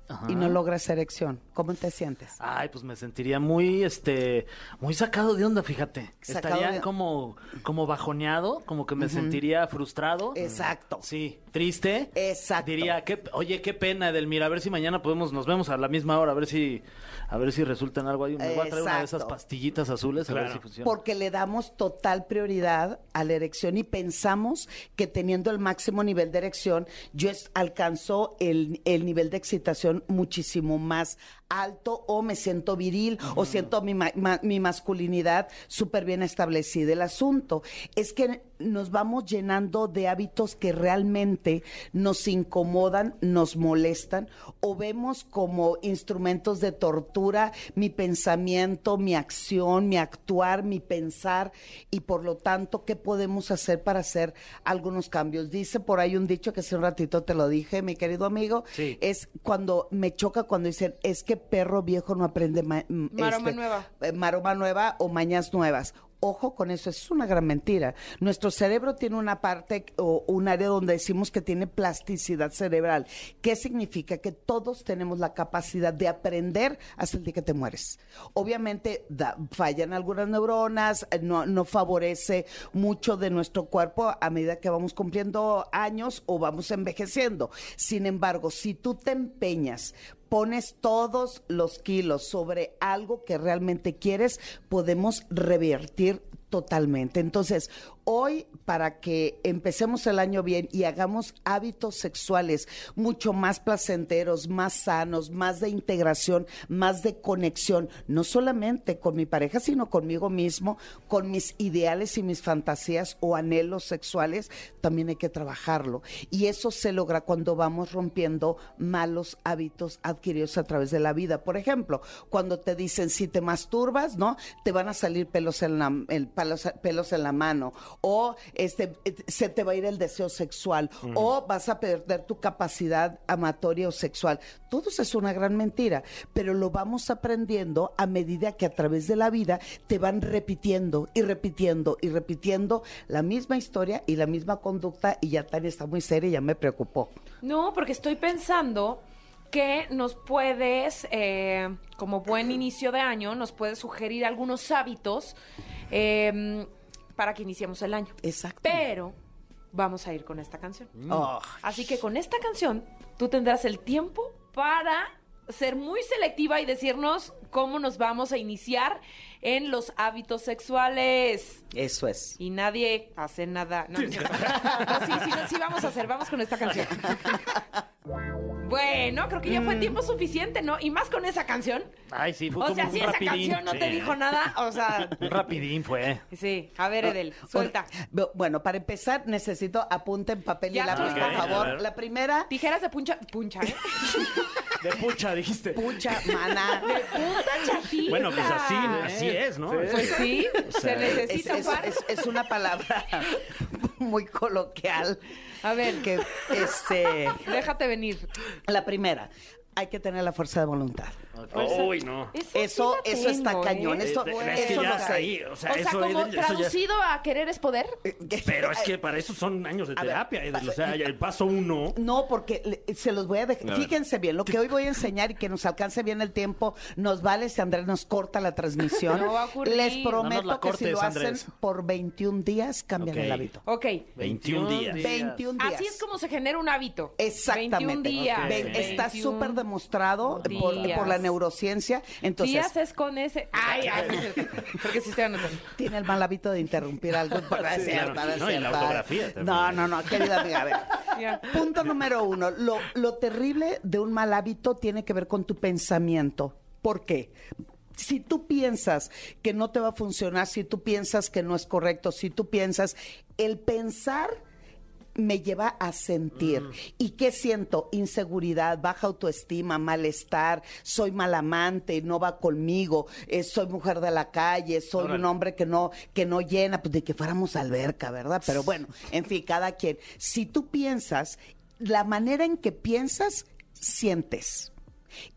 Speaker 3: Ajá.
Speaker 6: y no logras erección. ¿Cómo te sientes?
Speaker 3: Ay, pues me sentiría muy, este, muy sacado de onda, fíjate.
Speaker 6: Sacado
Speaker 3: Estaría
Speaker 6: de-
Speaker 3: como, como bajoneado, como que me sentiría frustrado.
Speaker 6: Exacto.
Speaker 3: Sí, triste.
Speaker 6: Exacto.
Speaker 3: Diría, qué, oye, qué pena, Edelmira, a ver si mañana podemos, nos vemos a la misma hora, a ver si, a ver si resulta en algo ahí. Me voy a traer una de esas
Speaker 6: Exacto.
Speaker 3: pastillitas azules, a ver si funciona.
Speaker 6: Porque le damos total prioridad a la erección y pensamos que teniendo el máximo nivel de erección, yo es- alcanzo el, el nivel de excitación muchísimo más alto o me siento viril o siento mi, ma- ma- mi masculinidad súper bien establecida. El asunto es que nos vamos llenando de hábitos que realmente nos incomodan, nos molestan o vemos como instrumentos de tortura mi pensamiento, mi acción, mi actuar, mi pensar y por lo tanto, ¿qué podemos hacer para hacer algunos cambios? Dice por ahí un dicho que hace un ratito te lo dije, mi querido amigo,
Speaker 3: Sí.
Speaker 6: es cuando me choca cuando dicen, es que perro viejo no aprende ma- m-
Speaker 2: Maroma nueva.
Speaker 6: eh, maroma nueva o mañas nuevas. Ojo con eso, es una gran mentira. Nuestro cerebro tiene una parte o un área donde decimos que tiene plasticidad cerebral. ¿Qué significa? Que todos tenemos la capacidad de aprender hasta el día que te mueres. Obviamente da- fallan algunas neuronas, eh, no, no favorece mucho de nuestro cuerpo a medida que vamos cumpliendo años o vamos envejeciendo. Sin embargo, si tú te empeñas pones todos los kilos sobre algo que realmente quieres, podemos revertir totalmente. Entonces, hoy para que empecemos el año bien y hagamos hábitos sexuales mucho más placenteros, más sanos, más de integración, más de conexión, no solamente con mi pareja, sino conmigo mismo, con mis ideales y mis fantasías o anhelos sexuales, también hay que trabajarlo. Y eso se logra cuando vamos rompiendo malos hábitos adquiridos a través de la vida. Por ejemplo, cuando te dicen si te masturbas, ¿no? Te van a salir pelos en la el- palos- pelos en la mano o este eh, se te va a ir el deseo sexual o vas a perder tu capacidad amatoria o sexual. Todo eso es una gran mentira, pero lo vamos aprendiendo a medida que a través de la vida te van repitiendo y repitiendo y repitiendo la misma historia y la misma conducta y ya Tania está muy seria y ya me preocupó.
Speaker 2: No, porque estoy pensando que nos puedes, eh, como buen inicio de año, nos puedes sugerir algunos hábitos eh, para que iniciemos el año.
Speaker 6: Exacto.
Speaker 2: Pero vamos a ir con esta canción.
Speaker 6: Oh.
Speaker 2: Así que con esta canción tú tendrás el tiempo para ser muy selectiva y decirnos cómo nos vamos a iniciar en los hábitos sexuales.
Speaker 6: Eso es.
Speaker 2: Y nadie hace nada. No, no, no. No, sí, sí, no, sí, vamos a hacer, vamos con esta canción. Bueno, creo que ya fue tiempo suficiente, ¿no? Y más con esa canción.
Speaker 3: Ay, sí, Mm. fue
Speaker 2: O
Speaker 3: como
Speaker 2: sea,
Speaker 3: un
Speaker 2: si esa
Speaker 3: rapidín.
Speaker 2: canción no te
Speaker 3: Sí.
Speaker 2: dijo nada, o sea,
Speaker 3: Un rapidín fue.
Speaker 2: sí. A ver, Edel, suelta.
Speaker 6: Bu- Bueno, para empezar necesito apunten papel
Speaker 2: Ya
Speaker 6: y lápiz,
Speaker 2: estoy.
Speaker 6: por
Speaker 2: Ok,
Speaker 3: a
Speaker 6: favor.
Speaker 3: ver.
Speaker 6: La primera,
Speaker 2: Tijeras de puncha, puncha, ¿eh?
Speaker 3: De pucha, dijiste.
Speaker 6: pucha, maná.
Speaker 2: Punta chajita.
Speaker 4: Bueno, pues así, así es, ¿no?
Speaker 2: Pues sí, se
Speaker 6: Es,
Speaker 2: necesita
Speaker 6: es-
Speaker 2: par.
Speaker 6: es- es una palabra muy coloquial.
Speaker 2: A ver.
Speaker 6: Que, este,
Speaker 2: Déjate venir.
Speaker 6: la primera, hay que tener la fuerza de voluntad. pues,
Speaker 4: Uy, no.
Speaker 6: eh,
Speaker 2: Esa sí
Speaker 6: Eso,
Speaker 2: la
Speaker 6: eso está
Speaker 2: tengo, ¿eh?
Speaker 6: cañón.
Speaker 4: Es,
Speaker 6: Esto,
Speaker 4: es que
Speaker 6: eso
Speaker 4: ya
Speaker 6: no
Speaker 4: es
Speaker 6: sé.
Speaker 4: ahí, o sea,
Speaker 2: o sea,
Speaker 4: eso,
Speaker 2: como
Speaker 4: Edel, eso ya es-
Speaker 2: traducido a querer es poder.
Speaker 6: Eh,
Speaker 4: Pero es que para eso son años de
Speaker 6: ver,
Speaker 4: terapia, Edel,
Speaker 6: pasa-
Speaker 4: o sea, el paso uno...
Speaker 6: No, porque le- se los voy a dejar.
Speaker 4: ver.
Speaker 6: Fíjense bien, lo que hoy voy a enseñar y que nos alcance bien el tiempo, nos vale si Andrés nos corta la transmisión.
Speaker 2: No va a ocurrir.
Speaker 6: Les
Speaker 3: No
Speaker 6: prometo
Speaker 3: nos la
Speaker 6: que si
Speaker 3: cortes,
Speaker 6: lo hacen
Speaker 3: Andrés.
Speaker 6: por 21 días, cambian
Speaker 4: Ok.
Speaker 6: el hábito.
Speaker 2: Ok.
Speaker 4: 21 días.
Speaker 6: 21 días.
Speaker 2: Así es como se genera un hábito.
Speaker 6: Exactamente.
Speaker 2: 21 días.
Speaker 6: Ve- Está
Speaker 2: 21
Speaker 6: súper demostrado por,
Speaker 2: días.
Speaker 6: por la neurociencia. Entonces,
Speaker 2: días es con ese. Ay, ay. no es cierto. Porque sí estoy anotando.
Speaker 6: tiene el mal hábito de interrumpir algo para
Speaker 4: Sí,
Speaker 6: hacer,
Speaker 4: claro.
Speaker 6: para
Speaker 4: No, y
Speaker 6: hacer,
Speaker 4: la
Speaker 6: para-
Speaker 4: ortografía también.
Speaker 6: No, no, no, querida amiga, a ver.
Speaker 2: Ya.
Speaker 6: Punto número uno. Lo, lo terrible de un mal hábito tiene que ver con tu pensamiento. ¿Por qué? Si tú piensas que no te va a funcionar, si tú piensas que no es correcto, si tú piensas, el pensar me lleva a sentir. ¿Y qué siento? Inseguridad, baja autoestima, malestar, soy mal amante, no va conmigo, eh, soy mujer de la calle, soy un hombre que no, que no llena, pues de que fuéramos alberca, ¿verdad? Pero bueno, en fin, cada quien. Si tú piensas, la manera en que piensas, sientes.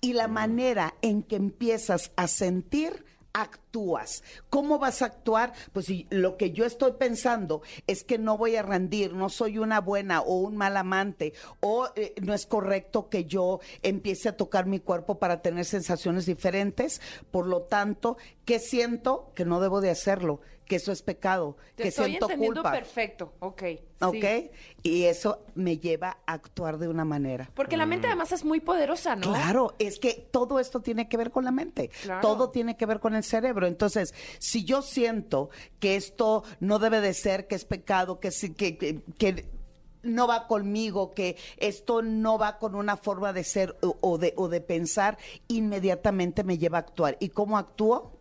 Speaker 6: Y la manera en que empiezas a sentir, actúas. ¿Cómo vas a actuar? Pues si lo que yo estoy pensando es que no voy a rendir, no soy una buena o un mal amante, o eh, no es correcto que yo empiece a tocar mi cuerpo para tener sensaciones diferentes. Por lo tanto, ¿qué siento? Que no debo de hacerlo, que eso es pecado,
Speaker 2: Te
Speaker 6: que
Speaker 2: estoy
Speaker 6: siento
Speaker 2: entendiendo
Speaker 6: culpa.
Speaker 2: perfecto. Ok. sí.
Speaker 6: ¿Ok? Y eso me lleva a actuar de una manera.
Speaker 2: Porque la mente además es muy poderosa, ¿no?
Speaker 6: Claro, es que todo esto tiene que ver con la mente,
Speaker 2: Claro.
Speaker 6: todo tiene que ver con el cerebro. Entonces, si yo siento que esto no debe de ser, que es pecado, que sí- que, que- que no va conmigo, que esto no va con una forma de ser o, o de, o de pensar, inmediatamente me lleva a actuar. ¿Y cómo actúo?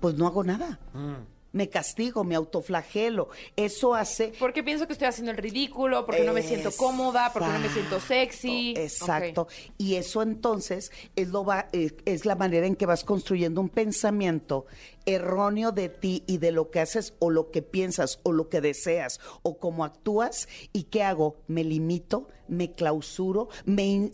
Speaker 6: Pues no hago nada. Me castigo, me autoflagelo. Eso hace
Speaker 2: Porque pienso que estoy haciendo el ridículo, porque no me siento cómoda, porque no me siento sexy.
Speaker 6: Exacto.
Speaker 2: Ok.
Speaker 6: Y eso entonces es lo va, eh, es la manera en que vas construyendo un pensamiento erróneo de ti y de lo que haces o lo que piensas o lo que deseas o cómo actúas y qué hago? Me limito, me clausuro, me in-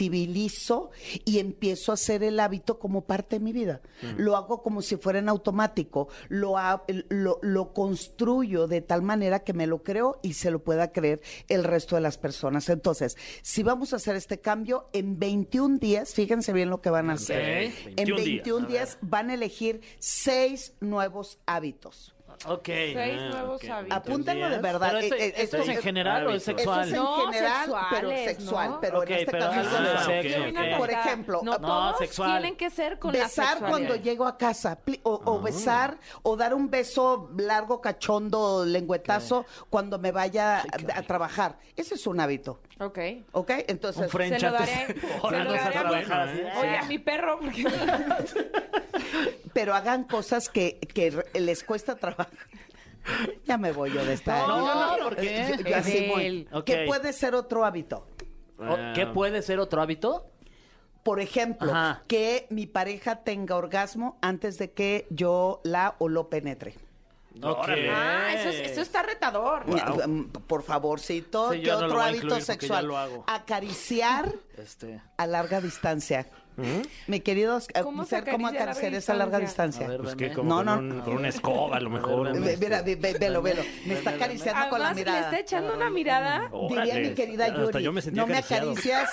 Speaker 6: invisibilizo y empiezo a hacer el hábito como parte de mi vida. Lo hago como si fuera en automático, lo, ha- lo, lo construyo de tal manera que me lo creo y se lo pueda creer el resto de las personas. Entonces, si vamos a hacer este cambio, en 21 días, fíjense bien lo que van a hacer.
Speaker 4: 21
Speaker 6: en
Speaker 4: días.
Speaker 6: 21 días van a elegir seis nuevos hábitos.
Speaker 3: Ok.
Speaker 2: Seis
Speaker 4: Ah,
Speaker 2: nuevos
Speaker 4: ok.
Speaker 2: hábitos.
Speaker 6: Apúntenlo de verdad.
Speaker 3: Pero este-
Speaker 6: Eh, eh,
Speaker 3: ¿Esto es en general o es
Speaker 4: Hábitos.
Speaker 6: eso
Speaker 3: sexual?
Speaker 6: es en
Speaker 2: No,
Speaker 6: general, pero
Speaker 2: sexuales,
Speaker 6: sexual.
Speaker 2: ¿no?
Speaker 6: Pero
Speaker 3: Ok,
Speaker 6: en este
Speaker 3: pero
Speaker 6: caso,
Speaker 3: algo
Speaker 6: es
Speaker 3: de
Speaker 6: sexual.
Speaker 3: sexo,
Speaker 2: Yo vi una
Speaker 3: Ah, ok.
Speaker 2: nota.
Speaker 6: Por ejemplo,
Speaker 2: no,
Speaker 6: ah,
Speaker 2: todos
Speaker 3: no, sexual.
Speaker 2: tienen que ser con la
Speaker 6: besar
Speaker 2: sexualidad.
Speaker 6: cuando llego a casa pli- o,
Speaker 3: Ah.
Speaker 6: o besar o dar un beso largo cachondo lengüetazo cuando me vaya a- a, trabajar ese es un hábito
Speaker 2: Ok.
Speaker 6: ¿ok? entonces
Speaker 3: Un French
Speaker 2: Se lo daré.
Speaker 3: antes de-
Speaker 2: Se lo
Speaker 3: Ahora no ¿eh?
Speaker 2: daré
Speaker 3: se
Speaker 2: a mi-
Speaker 3: trabaja así.
Speaker 2: Oye, a mi perro. porque-
Speaker 6: pero hagan cosas que, que re- les cuesta trabajo ya me voy yo de esta
Speaker 3: No, no, no, ¿por qué?
Speaker 6: Yo- yo así voy.
Speaker 3: Ok.
Speaker 6: ¿Qué puede ser otro hábito
Speaker 3: O- Oh, ¿Qué puede ser otro hábito?
Speaker 6: por ejemplo
Speaker 3: Ajá.
Speaker 6: que mi pareja tenga orgasmo antes de que yo la o lo penetre
Speaker 3: Eh.
Speaker 4: Órale.
Speaker 2: Ah, eso, es- eso está retador.
Speaker 6: Mm, Por favorcito,
Speaker 3: Sí, yo
Speaker 6: ¿qué
Speaker 3: no lo
Speaker 6: otro
Speaker 3: voy a incluir porque
Speaker 6: hábito
Speaker 3: ya
Speaker 6: sexual?
Speaker 3: lo hago.
Speaker 6: Acariciar
Speaker 3: Este.
Speaker 6: a larga distancia.
Speaker 3: ¿Mm?
Speaker 6: Mi querido Oscar,
Speaker 2: ¿Cómo se
Speaker 6: ser como
Speaker 2: acaricia a larga
Speaker 6: acariciar a larga
Speaker 3: A
Speaker 6: distancia.
Speaker 3: ver,
Speaker 4: Pues que
Speaker 3: dame.
Speaker 4: como
Speaker 6: No,
Speaker 4: con,
Speaker 6: no.
Speaker 4: un- con una escoba a lo mejor. este,
Speaker 3: Ve-
Speaker 6: Ve- Mira, ve- ve- velo, velo. Me está acariciando con la
Speaker 2: Además, le
Speaker 6: mirada.
Speaker 2: Ah, está echando una mirada.
Speaker 6: Diría
Speaker 4: Órale.
Speaker 6: mi querida
Speaker 4: Hasta
Speaker 6: Yuri,
Speaker 4: yo me sentí
Speaker 6: no me
Speaker 4: acariciado.
Speaker 6: acaricias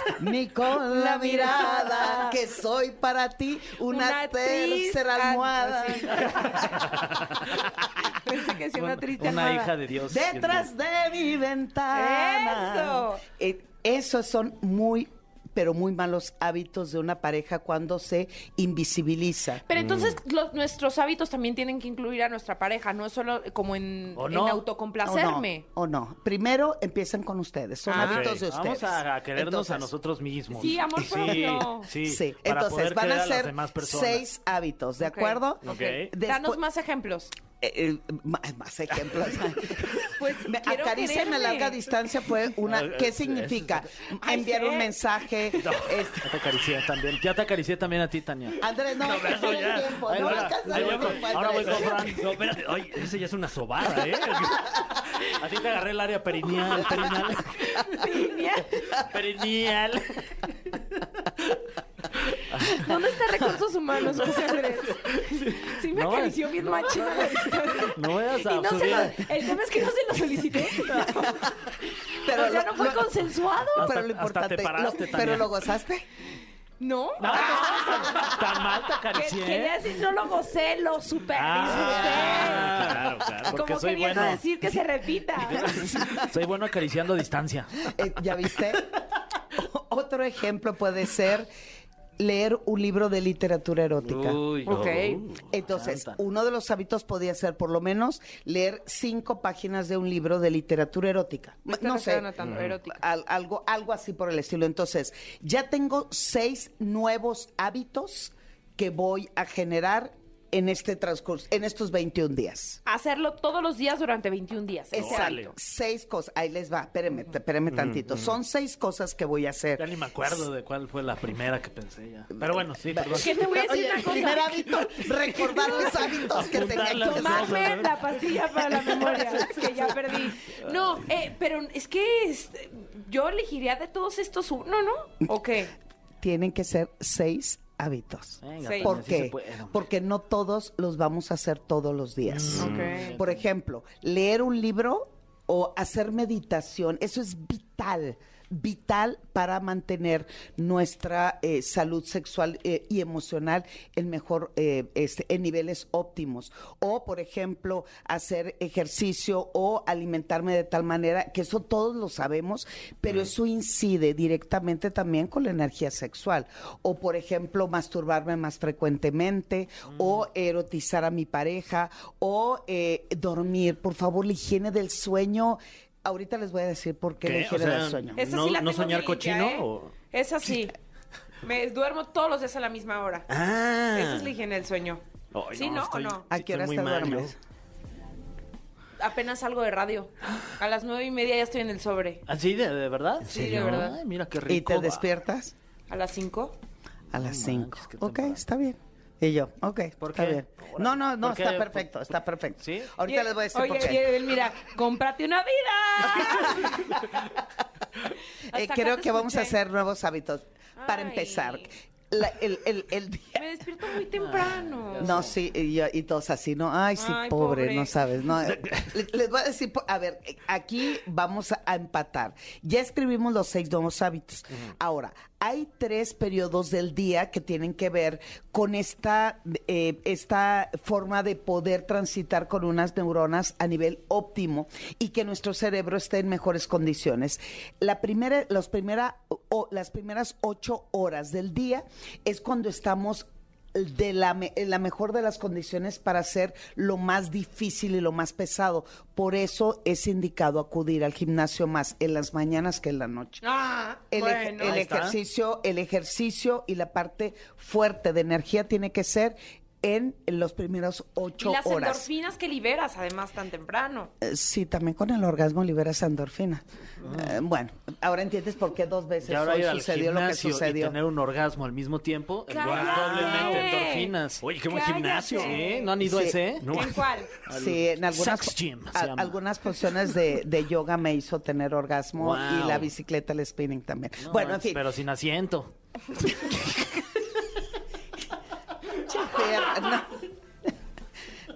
Speaker 6: ni con la mirada, que soy para ti una,
Speaker 2: triste
Speaker 6: tercera almohada.
Speaker 2: Pensé que sea una triste
Speaker 3: Una
Speaker 2: almohada.
Speaker 3: hija de Dios.
Speaker 6: Detrás de mi ventana.
Speaker 2: ¡Eso!
Speaker 6: Eh, esos son muy pero muy malos hábitos de una pareja cuando se invisibiliza.
Speaker 2: Pero entonces los- nuestros hábitos también tienen que incluir a nuestra pareja, no es solo como en,
Speaker 3: ¿O
Speaker 2: en
Speaker 3: no?
Speaker 2: autocomplacerme.
Speaker 6: O no, o no. Primero empiezan con ustedes, son
Speaker 2: Ah.
Speaker 6: hábitos de ustedes.
Speaker 3: Vamos a, a querernos
Speaker 6: Entonces,
Speaker 3: a nosotros mismos.
Speaker 2: Sí, amor propio.
Speaker 3: Sí,
Speaker 6: Sí,
Speaker 3: sí. para
Speaker 6: entonces
Speaker 3: poder
Speaker 6: van
Speaker 3: querer
Speaker 6: a
Speaker 3: las
Speaker 6: ser
Speaker 3: demás personas.
Speaker 6: seis hábitos, ¿de
Speaker 2: Ok,
Speaker 6: acuerdo?
Speaker 2: ok.
Speaker 4: Ok.
Speaker 2: Danos
Speaker 6: Después-
Speaker 2: más ejemplos.
Speaker 6: Eh, eh, ma- más ejemplos.
Speaker 2: Pues,
Speaker 6: Me-
Speaker 2: quiero
Speaker 6: acaríciame a
Speaker 2: quererme.
Speaker 6: larga distancia fue una. ¿Qué significa?
Speaker 2: Ay,
Speaker 6: Enviar
Speaker 2: sé.
Speaker 6: un mensaje. este,
Speaker 3: Ya te acaricié también. Ya te acaricié también a ti, Tania.
Speaker 6: Andrés, no,
Speaker 4: pero eso
Speaker 6: no
Speaker 4: ya.
Speaker 6: hay tiempo,
Speaker 3: Ahí
Speaker 6: no
Speaker 3: voy,
Speaker 6: alcanza
Speaker 3: ahí voy
Speaker 6: el
Speaker 3: con-
Speaker 6: tiempo,
Speaker 3: ahora voy
Speaker 6: Andrés.
Speaker 3: con Fran.
Speaker 4: No, espérate. Ay, esa ya es una sobada, ¿eh?
Speaker 3: A ti te agarré el área perineal, perineal.
Speaker 2: Genial.
Speaker 3: perineal.
Speaker 2: ¿Dónde está recursos humanos, José Andrés? Sí me
Speaker 3: No,
Speaker 2: acarició bien machina la distancia.
Speaker 3: No vayas a
Speaker 2: Y no se
Speaker 3: subir.
Speaker 2: lo- el tema es que no se lo solicité. Pero
Speaker 6: Pero
Speaker 2: o sea,
Speaker 6: lo-
Speaker 2: no fue
Speaker 6: lo-
Speaker 2: consensuado.
Speaker 3: Hasta-
Speaker 6: Pero
Speaker 3: hasta te
Speaker 6: lo importante, lo-
Speaker 3: paraste, Tania.
Speaker 6: pero lo gozaste.
Speaker 2: No.
Speaker 3: Tan mal
Speaker 4: Ah,
Speaker 3: te
Speaker 2: Ah, Que-
Speaker 3: acaricié.
Speaker 2: Quería decir, no lo gocé, lo super
Speaker 3: Ah,
Speaker 2: disfruté.
Speaker 4: claro, claro.
Speaker 2: Como
Speaker 3: porque soy
Speaker 2: queriendo
Speaker 3: bueno.
Speaker 2: decir que se repita.
Speaker 3: Soy bueno acariciando a distancia.
Speaker 6: Eh, ¿Ya viste? O- Otro ejemplo puede ser leer un libro de literatura erótica.
Speaker 2: Ok.
Speaker 6: Entonces,
Speaker 3: Canta.
Speaker 6: uno de los hábitos podía ser, por lo menos, leer cinco páginas de un libro de literatura erótica.
Speaker 2: Me está
Speaker 6: No sé, Mm.
Speaker 2: anotando, erótica.
Speaker 6: al- algo, algo así por el estilo. Entonces, ya tengo seis nuevos hábitos que voy a generar en este transcurso, en estos 21 días.
Speaker 2: Hacerlo todos los días durante 21 días.
Speaker 4: Órale.
Speaker 6: Exacto. Seis cosas. Ahí les va. Espérenme, espérenme tantito. Son seis cosas que voy a hacer.
Speaker 3: Ya ni me acuerdo de cuál fue la primera que pensé ya. Pero bueno, sí, perdón.
Speaker 2: Que te voy a decir
Speaker 6: Oye,
Speaker 2: una cosa.
Speaker 6: primer hábito, recordar los hábitos que tenía que
Speaker 3: Apuntarlas.
Speaker 6: hacer.
Speaker 2: Tomarme la pastilla para la memoria, que ya perdí. No, eh, pero es que este, yo elegiría de todos estos uno, ¿no? ¿O qué?
Speaker 6: tienen que ser seis hábitos.
Speaker 3: Venga,
Speaker 2: Seis.
Speaker 3: Tania,
Speaker 6: ¿Por
Speaker 3: sí
Speaker 6: qué?
Speaker 3: se puede, hombre.
Speaker 6: Porque no todos los vamos a hacer todos los días.
Speaker 3: Mm.
Speaker 2: Ok.
Speaker 6: Por ejemplo, leer un libro o hacer meditación, eso es vital, vital para mantener nuestra eh, salud sexual eh, y emocional en mejor eh, este, en niveles óptimos. O, por ejemplo, hacer ejercicio o alimentarme de tal manera, que eso todos lo sabemos, pero eso incide directamente también con la energía sexual. O, por ejemplo, masturbarme más frecuentemente, o erotizar a mi pareja, o eh, dormir. Por favor, la higiene del sueño. Ahorita les voy a decir por qué, la
Speaker 4: ¿Qué? O
Speaker 6: higiene
Speaker 4: sea,
Speaker 6: del sueño.
Speaker 2: Esa
Speaker 4: ¿No-
Speaker 2: sí la
Speaker 4: no
Speaker 2: tengo
Speaker 4: soñar
Speaker 2: bien
Speaker 4: cochino,
Speaker 2: ¿eh?
Speaker 4: o?
Speaker 2: Esa sí. Me duermo todos los días a la misma hora.
Speaker 4: Ah.
Speaker 2: Esa es la higiene del sueño.
Speaker 4: Ay,
Speaker 2: ¿Sí,
Speaker 4: no,
Speaker 2: no,
Speaker 4: estoy-
Speaker 2: o no?
Speaker 6: ¿A qué
Speaker 4: estoy
Speaker 6: hora
Speaker 4: muy
Speaker 6: te
Speaker 4: mal, yo.
Speaker 6: duermes?
Speaker 2: Apenas salgo de radio. A las nueve y media ya estoy en el sobre.
Speaker 3: ¿Así de, de verdad?
Speaker 2: Sí, de verdad.
Speaker 3: Ay, mira qué rico.
Speaker 6: ¿Y te
Speaker 3: va.
Speaker 6: despiertas?
Speaker 2: A las cinco.
Speaker 6: A las
Speaker 3: manches,
Speaker 6: 5.
Speaker 3: qué
Speaker 6: Ok,
Speaker 3: temprano.
Speaker 6: está bien. Y yo, ok,
Speaker 3: ¿Por
Speaker 6: está
Speaker 3: qué?
Speaker 6: bien.
Speaker 3: Órale.
Speaker 6: No, no, no,
Speaker 3: ¿Por qué?
Speaker 6: está perfecto, está perfecto.
Speaker 3: ¿Sí?
Speaker 6: Ahorita
Speaker 2: Oye,
Speaker 6: les voy a decir
Speaker 2: Oye,
Speaker 6: por qué.
Speaker 2: oye, mira, cómprate una vida. Hasta
Speaker 6: Eh,
Speaker 2: acá
Speaker 6: creo
Speaker 2: te
Speaker 6: que vamos a
Speaker 2: escuché.
Speaker 6: hacer nuevos hábitos. Para
Speaker 2: Ay.
Speaker 6: empezar, la- el, el- el día...
Speaker 2: Me despierto muy temprano.
Speaker 6: No, sí, y, yo- y todos así, ¿no? Ay, sí,
Speaker 2: Ay,
Speaker 6: pobre,
Speaker 2: pobre.
Speaker 6: no sabes. No, Eh, le- les voy a decir, po- a ver, eh, aquí vamos a, a empatar. Ya escribimos los seis nuevos hábitos. Ahora, hay tres periodos del día que tienen que ver con esta, eh, esta forma de poder transitar con unas neuronas a nivel óptimo y que nuestro cerebro esté en mejores condiciones. La primera, los primera, o, las primeras ocho horas del día es cuando estamos de la, me- en la mejor de las condiciones para hacer lo más difícil y lo más pesado. Por eso es indicado acudir al gimnasio más en las mañanas que en la noche.
Speaker 2: Ah,
Speaker 6: El, ej-
Speaker 2: bueno.
Speaker 6: el
Speaker 3: Ahí está.
Speaker 6: ejercicio, el ejercicio y la parte fuerte de energía tiene que ser en los primeros
Speaker 2: y
Speaker 6: ocho
Speaker 2: las
Speaker 6: horas.
Speaker 2: endorfinas que liberas, además, tan temprano.
Speaker 6: Eh, Sí, también con el orgasmo liberas endorfina. Eh, bueno, ahora entiendes por qué dos veces
Speaker 3: Y Ah. ahora
Speaker 6: hoy
Speaker 3: ir al
Speaker 6: sucedió lo que
Speaker 3: gimnasio y
Speaker 6: sucedió.
Speaker 3: tener un orgasmo al mismo tiempo,
Speaker 2: Claro.
Speaker 3: igual doblemente endorfinas.
Speaker 4: Oye, qué buen
Speaker 2: Cállate.
Speaker 4: gimnasio. ¿eh?
Speaker 3: Sí, ¿no han ido
Speaker 6: Sí.
Speaker 3: a ese?
Speaker 4: No.
Speaker 2: ¿En cuál?
Speaker 6: Sí, en algunas,
Speaker 3: Sex gym,
Speaker 6: a-
Speaker 3: se llama.
Speaker 6: algunas posiciones de, de yoga me hizo tener orgasmo
Speaker 3: Wow.
Speaker 6: y la bicicleta, el spinning también.
Speaker 3: No,
Speaker 6: bueno, en fin,
Speaker 3: Pero sin asiento.
Speaker 6: Fer, no.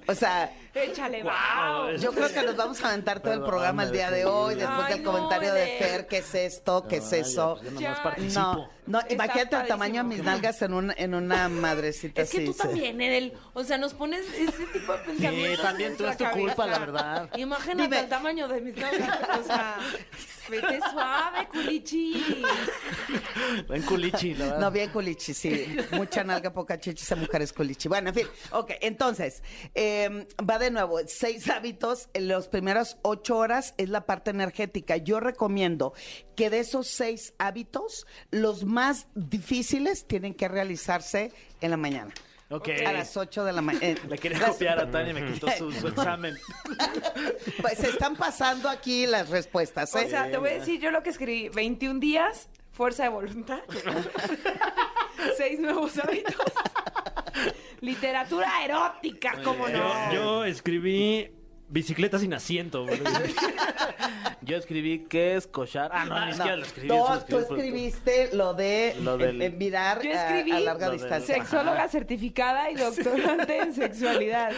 Speaker 6: O sea,
Speaker 2: Échale,
Speaker 4: Guau,
Speaker 2: wow.
Speaker 4: es-
Speaker 6: yo creo que nos vamos a aventar todo el
Speaker 3: Perdón,
Speaker 6: programa el día de hoy, después
Speaker 2: Ay,
Speaker 6: del
Speaker 2: no,
Speaker 6: comentario de
Speaker 2: Eder.
Speaker 6: Fer, ¿qué es esto? ¿Qué es
Speaker 3: Ay,
Speaker 6: eso?
Speaker 3: pues yo
Speaker 2: Ya.
Speaker 3: nomás participo.
Speaker 6: No, no,
Speaker 2: Está
Speaker 6: imagínate el tamaño de mis
Speaker 2: padrísimo.
Speaker 6: nalgas en, un- en una madrecita
Speaker 2: Es que
Speaker 6: así,
Speaker 2: tú
Speaker 6: sí.
Speaker 2: también, Edel. O sea, nos pones ese tipo de pensamientos.
Speaker 3: también
Speaker 2: en
Speaker 3: tú es
Speaker 2: nuestra
Speaker 3: tu culpa,
Speaker 2: cabeza.
Speaker 3: la verdad.
Speaker 2: Imagínate
Speaker 6: Dime.
Speaker 2: el tamaño de mis nalgas. O sea, Vete suave, culichi.
Speaker 3: Ven culichi, la verdad.
Speaker 6: No, bien culichi, sí. Mucha nalga, poca chicha, esa mujer es culichi. Bueno, en fin. Ok, entonces, eh, va de nuevo. Seis hábitos, en las primeras ocho horas es la parte energética. Yo recomiendo que de esos seis hábitos, los más difíciles tienen que realizarse en la mañana.
Speaker 3: Ok.
Speaker 6: A las ocho de la eh, mañana.
Speaker 3: Le quería copiar a Tania y me quitó su, su examen.
Speaker 6: Pues se están pasando aquí las respuestas, ¿eh?
Speaker 2: O sea, te voy a decir yo lo que escribí. 21 días, fuerza de voluntad. Seis nuevos hábitos. Literatura erótica, cómo
Speaker 4: Yo,
Speaker 2: no.
Speaker 4: yo escribí bicicleta sin asiento. bro.
Speaker 3: Yo escribí que es cochar. Ah, no, ni siquiera lo escribí. eso
Speaker 6: No,
Speaker 3: lo
Speaker 6: tú
Speaker 3: escribí por-
Speaker 6: escribiste lo de
Speaker 3: Lo del-
Speaker 6: eh, mirar
Speaker 2: Yo
Speaker 6: a-
Speaker 2: escribí
Speaker 6: a, larga
Speaker 3: lo del-
Speaker 6: distancia.
Speaker 2: Sexóloga certificada y doctorante en sexualidad.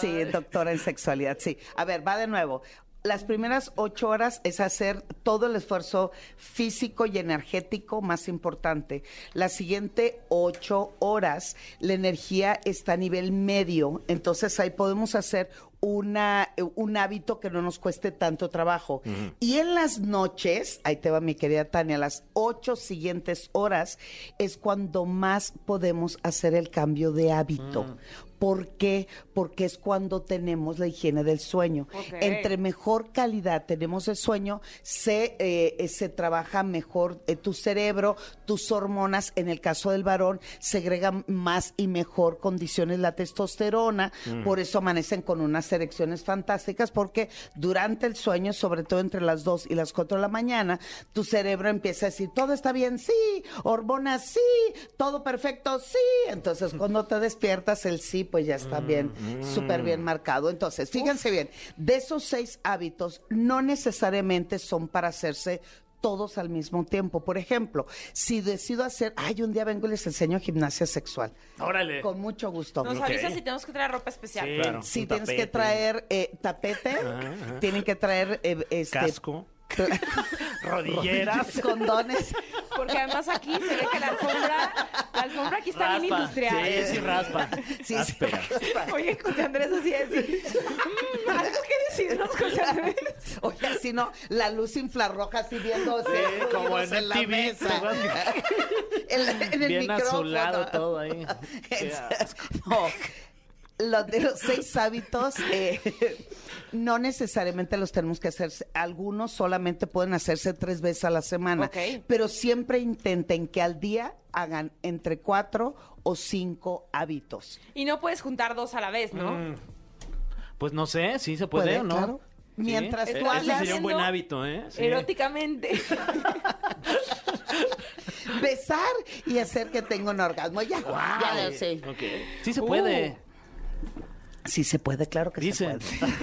Speaker 6: Sí, doctora en sexualidad, sí. A ver, va de nuevo. Las primeras ocho horas es hacer todo el esfuerzo físico y energético más importante. Las siguientes ocho horas, la energía está a nivel medio. Entonces ahí podemos hacer una, eh, un hábito que no nos cueste tanto trabajo. Y en las noches, ahí te va mi querida Tania, las ocho siguientes horas es cuando más podemos hacer el cambio de hábito. ¿Por qué? Porque es cuando tenemos la higiene del sueño.
Speaker 2: Ok.
Speaker 6: Entre mejor calidad tenemos el sueño, se, eh, eh, se trabaja mejor eh, tu cerebro, tus hormonas, en el caso del varón, segregan más y mejor condiciones la testosterona, por eso amanecen con unas erecciones fantásticas, porque durante el sueño, sobre todo entre las 2 y las 4 de la mañana, tu cerebro empieza a decir, todo está bien, sí, hormonas, sí, todo perfecto, sí. Entonces, cuando te despiertas, el sí, pues ya está bien,
Speaker 4: Mm.
Speaker 6: súper bien marcado. Entonces, fíjense bien, de esos seis hábitos, no necesariamente son para hacerse todos al mismo tiempo. Por ejemplo, si decido hacer, ay, un día vengo y les enseño gimnasia sexual.
Speaker 3: Órale.
Speaker 6: Con mucho gusto.
Speaker 2: Nos
Speaker 4: Ok.
Speaker 2: avisas si tenemos que traer ropa especial.
Speaker 4: Sí, Eh. claro.
Speaker 6: Si
Speaker 4: Un
Speaker 6: tienes que
Speaker 4: tapete. Ah,
Speaker 6: traer eh, tapete, tienen que traer eh, este,
Speaker 4: Casco. Rodilleras.
Speaker 6: condones.
Speaker 2: Porque además aquí se ve que la alfombra, la alfombra aquí está bien
Speaker 3: Raspa.
Speaker 2: industrial.
Speaker 3: Sí, sí, raspa.
Speaker 6: Sí, sí.
Speaker 4: Áspera.
Speaker 2: Oye, José Andrés así es. Mm, Algo que decirnos, José Andrés.
Speaker 6: Oye, así no, la luz infrarroja así viendo así,
Speaker 3: Sí, como
Speaker 6: ruidos
Speaker 3: en el
Speaker 6: la
Speaker 3: TV,
Speaker 6: mesa.
Speaker 3: ¿te acuerdas?
Speaker 6: En- en el
Speaker 3: Bien
Speaker 6: micrófono.
Speaker 3: azulado todo ahí. Qué
Speaker 6: No. Los de los seis hábitos eh, no necesariamente los tenemos que hacer. Algunos solamente pueden hacerse tres veces a la semana.
Speaker 2: Ok.
Speaker 6: Pero siempre intenten que al día hagan entre cuatro o cinco hábitos.
Speaker 2: Y no puedes juntar dos a la vez, ¿no?
Speaker 3: Mm, Pues no sé, sí se puede,
Speaker 6: Puede,
Speaker 3: o ¿no?
Speaker 6: claro.
Speaker 3: Sí.
Speaker 6: Mientras
Speaker 2: tú
Speaker 3: Eh, ese
Speaker 2: hablas-
Speaker 3: sería un buen
Speaker 2: haciendo
Speaker 3: hábito, ¿eh? Sí.
Speaker 2: Eróticamente.
Speaker 6: Besar y hacer que tenga un orgasmo. Ya, ya lo sé.
Speaker 3: Ok. Sí se puede.
Speaker 6: Sí se puede, claro que
Speaker 3: Dicen.
Speaker 6: se puede.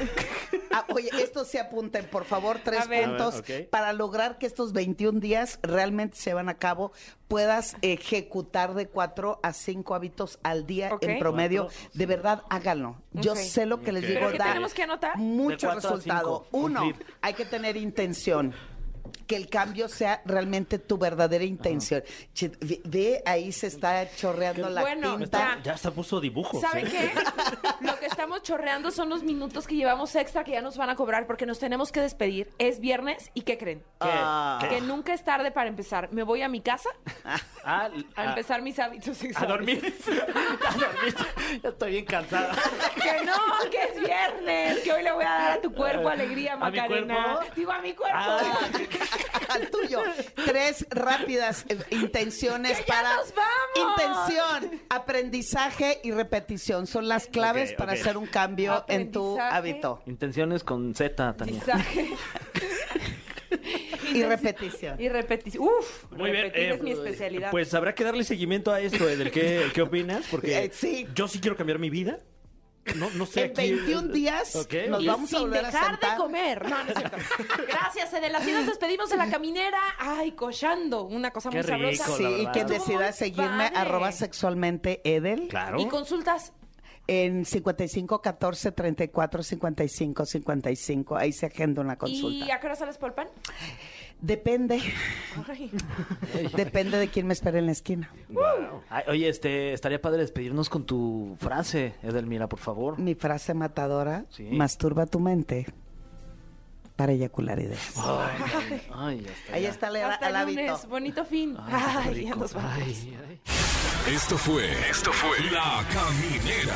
Speaker 6: Ah, oye, estos se apunten, por favor, tres
Speaker 2: A ver.
Speaker 6: puntos
Speaker 4: A ver, ok.
Speaker 6: para lograr que estos 21 días realmente se van a cabo. Puedas ejecutar de cuatro a cinco hábitos al día
Speaker 2: Ok.
Speaker 6: en promedio. De verdad, háganlo. Yo
Speaker 2: Ok.
Speaker 6: sé lo que les
Speaker 3: Ok.
Speaker 6: digo.
Speaker 2: ¿Pero qué
Speaker 6: da
Speaker 2: tenemos que anotar?
Speaker 6: Mucho
Speaker 3: De cuatro a
Speaker 6: resultado.
Speaker 3: cinco,
Speaker 6: Uno,
Speaker 3: cumplir.
Speaker 6: hay que tener intención. Que el cambio sea realmente tu verdadera intención. Che, Ve, ve, ahí se está chorreando la
Speaker 2: Bueno,
Speaker 6: tinta.
Speaker 4: Ya hasta puso dibujos.
Speaker 2: ¿Saben
Speaker 4: ¿eh?
Speaker 2: qué? Lo que estamos chorreando son los minutos que llevamos extra que ya nos van a cobrar porque nos tenemos que despedir. Es viernes y ¿qué creen?
Speaker 6: Ah.
Speaker 2: Que nunca es tarde para empezar. Me voy a mi casa
Speaker 3: Ah,
Speaker 2: a empezar mis hábitos
Speaker 3: A
Speaker 2: sexuales.
Speaker 3: dormir. a dormir. Yo estoy bien cansada.
Speaker 2: Que no, que es viernes, que hoy le voy a dar a tu cuerpo alegría,
Speaker 3: ¿A mi
Speaker 2: Macarena.
Speaker 3: cuerpo?
Speaker 2: Digo, a mi cuerpo.
Speaker 3: Ah.
Speaker 6: al tuyo. Tres rápidas eh, intenciones
Speaker 2: ¡Que ya
Speaker 6: para
Speaker 2: nos vamos!
Speaker 6: intención, aprendizaje y repetición son las claves
Speaker 4: Ok,
Speaker 6: para
Speaker 4: ok.
Speaker 6: hacer un cambio en tu
Speaker 2: Aprendizaje.
Speaker 6: hábito
Speaker 3: Intenciones con Z, Tania.
Speaker 2: Mensaje.
Speaker 6: y repetición.
Speaker 2: Y repetición. Uf,
Speaker 4: Muy bien.
Speaker 2: repetir
Speaker 4: eh,
Speaker 2: es mi especialidad.
Speaker 4: Pues habrá que darle seguimiento a esto, ¿eh? ¿Del qué, el qué opinas? Porque
Speaker 6: Eh, sí.
Speaker 4: yo sí quiero cambiar mi vida. No, no sé.
Speaker 6: En
Speaker 4: aquí-
Speaker 6: 21 días
Speaker 4: Ok.
Speaker 6: nos
Speaker 2: Y
Speaker 6: vamos a
Speaker 2: sin
Speaker 6: volver a
Speaker 2: dejar de
Speaker 6: sentar.
Speaker 2: comer. No, no es cierto. Gracias, Edel. Así nos despedimos de la caminera. Ay, cochando. Una cosa
Speaker 3: Qué
Speaker 2: muy sabrosa.
Speaker 3: rico,
Speaker 6: Sí,
Speaker 3: la
Speaker 6: y
Speaker 3: verdad.
Speaker 6: quien
Speaker 2: Estuvo muy
Speaker 6: decida seguirme,
Speaker 2: padre.
Speaker 6: arroba sexualmente Edel,
Speaker 4: Claro.
Speaker 2: Y consultas.
Speaker 6: en 55 14 34 55 55. Ahí se agenda una consulta.
Speaker 2: ¿Y a qué hora sales por el pan?
Speaker 6: Depende,
Speaker 2: Ay.
Speaker 6: depende de quién me espera en la esquina.
Speaker 3: Ay, oye, este, estaría padre despedirnos con tu frase, Edelmira, por favor.
Speaker 6: Mi frase matadora,
Speaker 3: Sí.
Speaker 6: masturba tu mente. para eyacular ideas.
Speaker 3: Ay, hasta
Speaker 6: Ahí
Speaker 3: allá.
Speaker 6: está la,
Speaker 2: Hasta el
Speaker 6: al hábito.
Speaker 2: lunes. Bonito fin. Ay,
Speaker 3: Ay, qué
Speaker 2: ya
Speaker 3: rico.
Speaker 2: nos vamos.
Speaker 3: Ay, ay.
Speaker 1: Esto fue. Esto fue. La Caminera.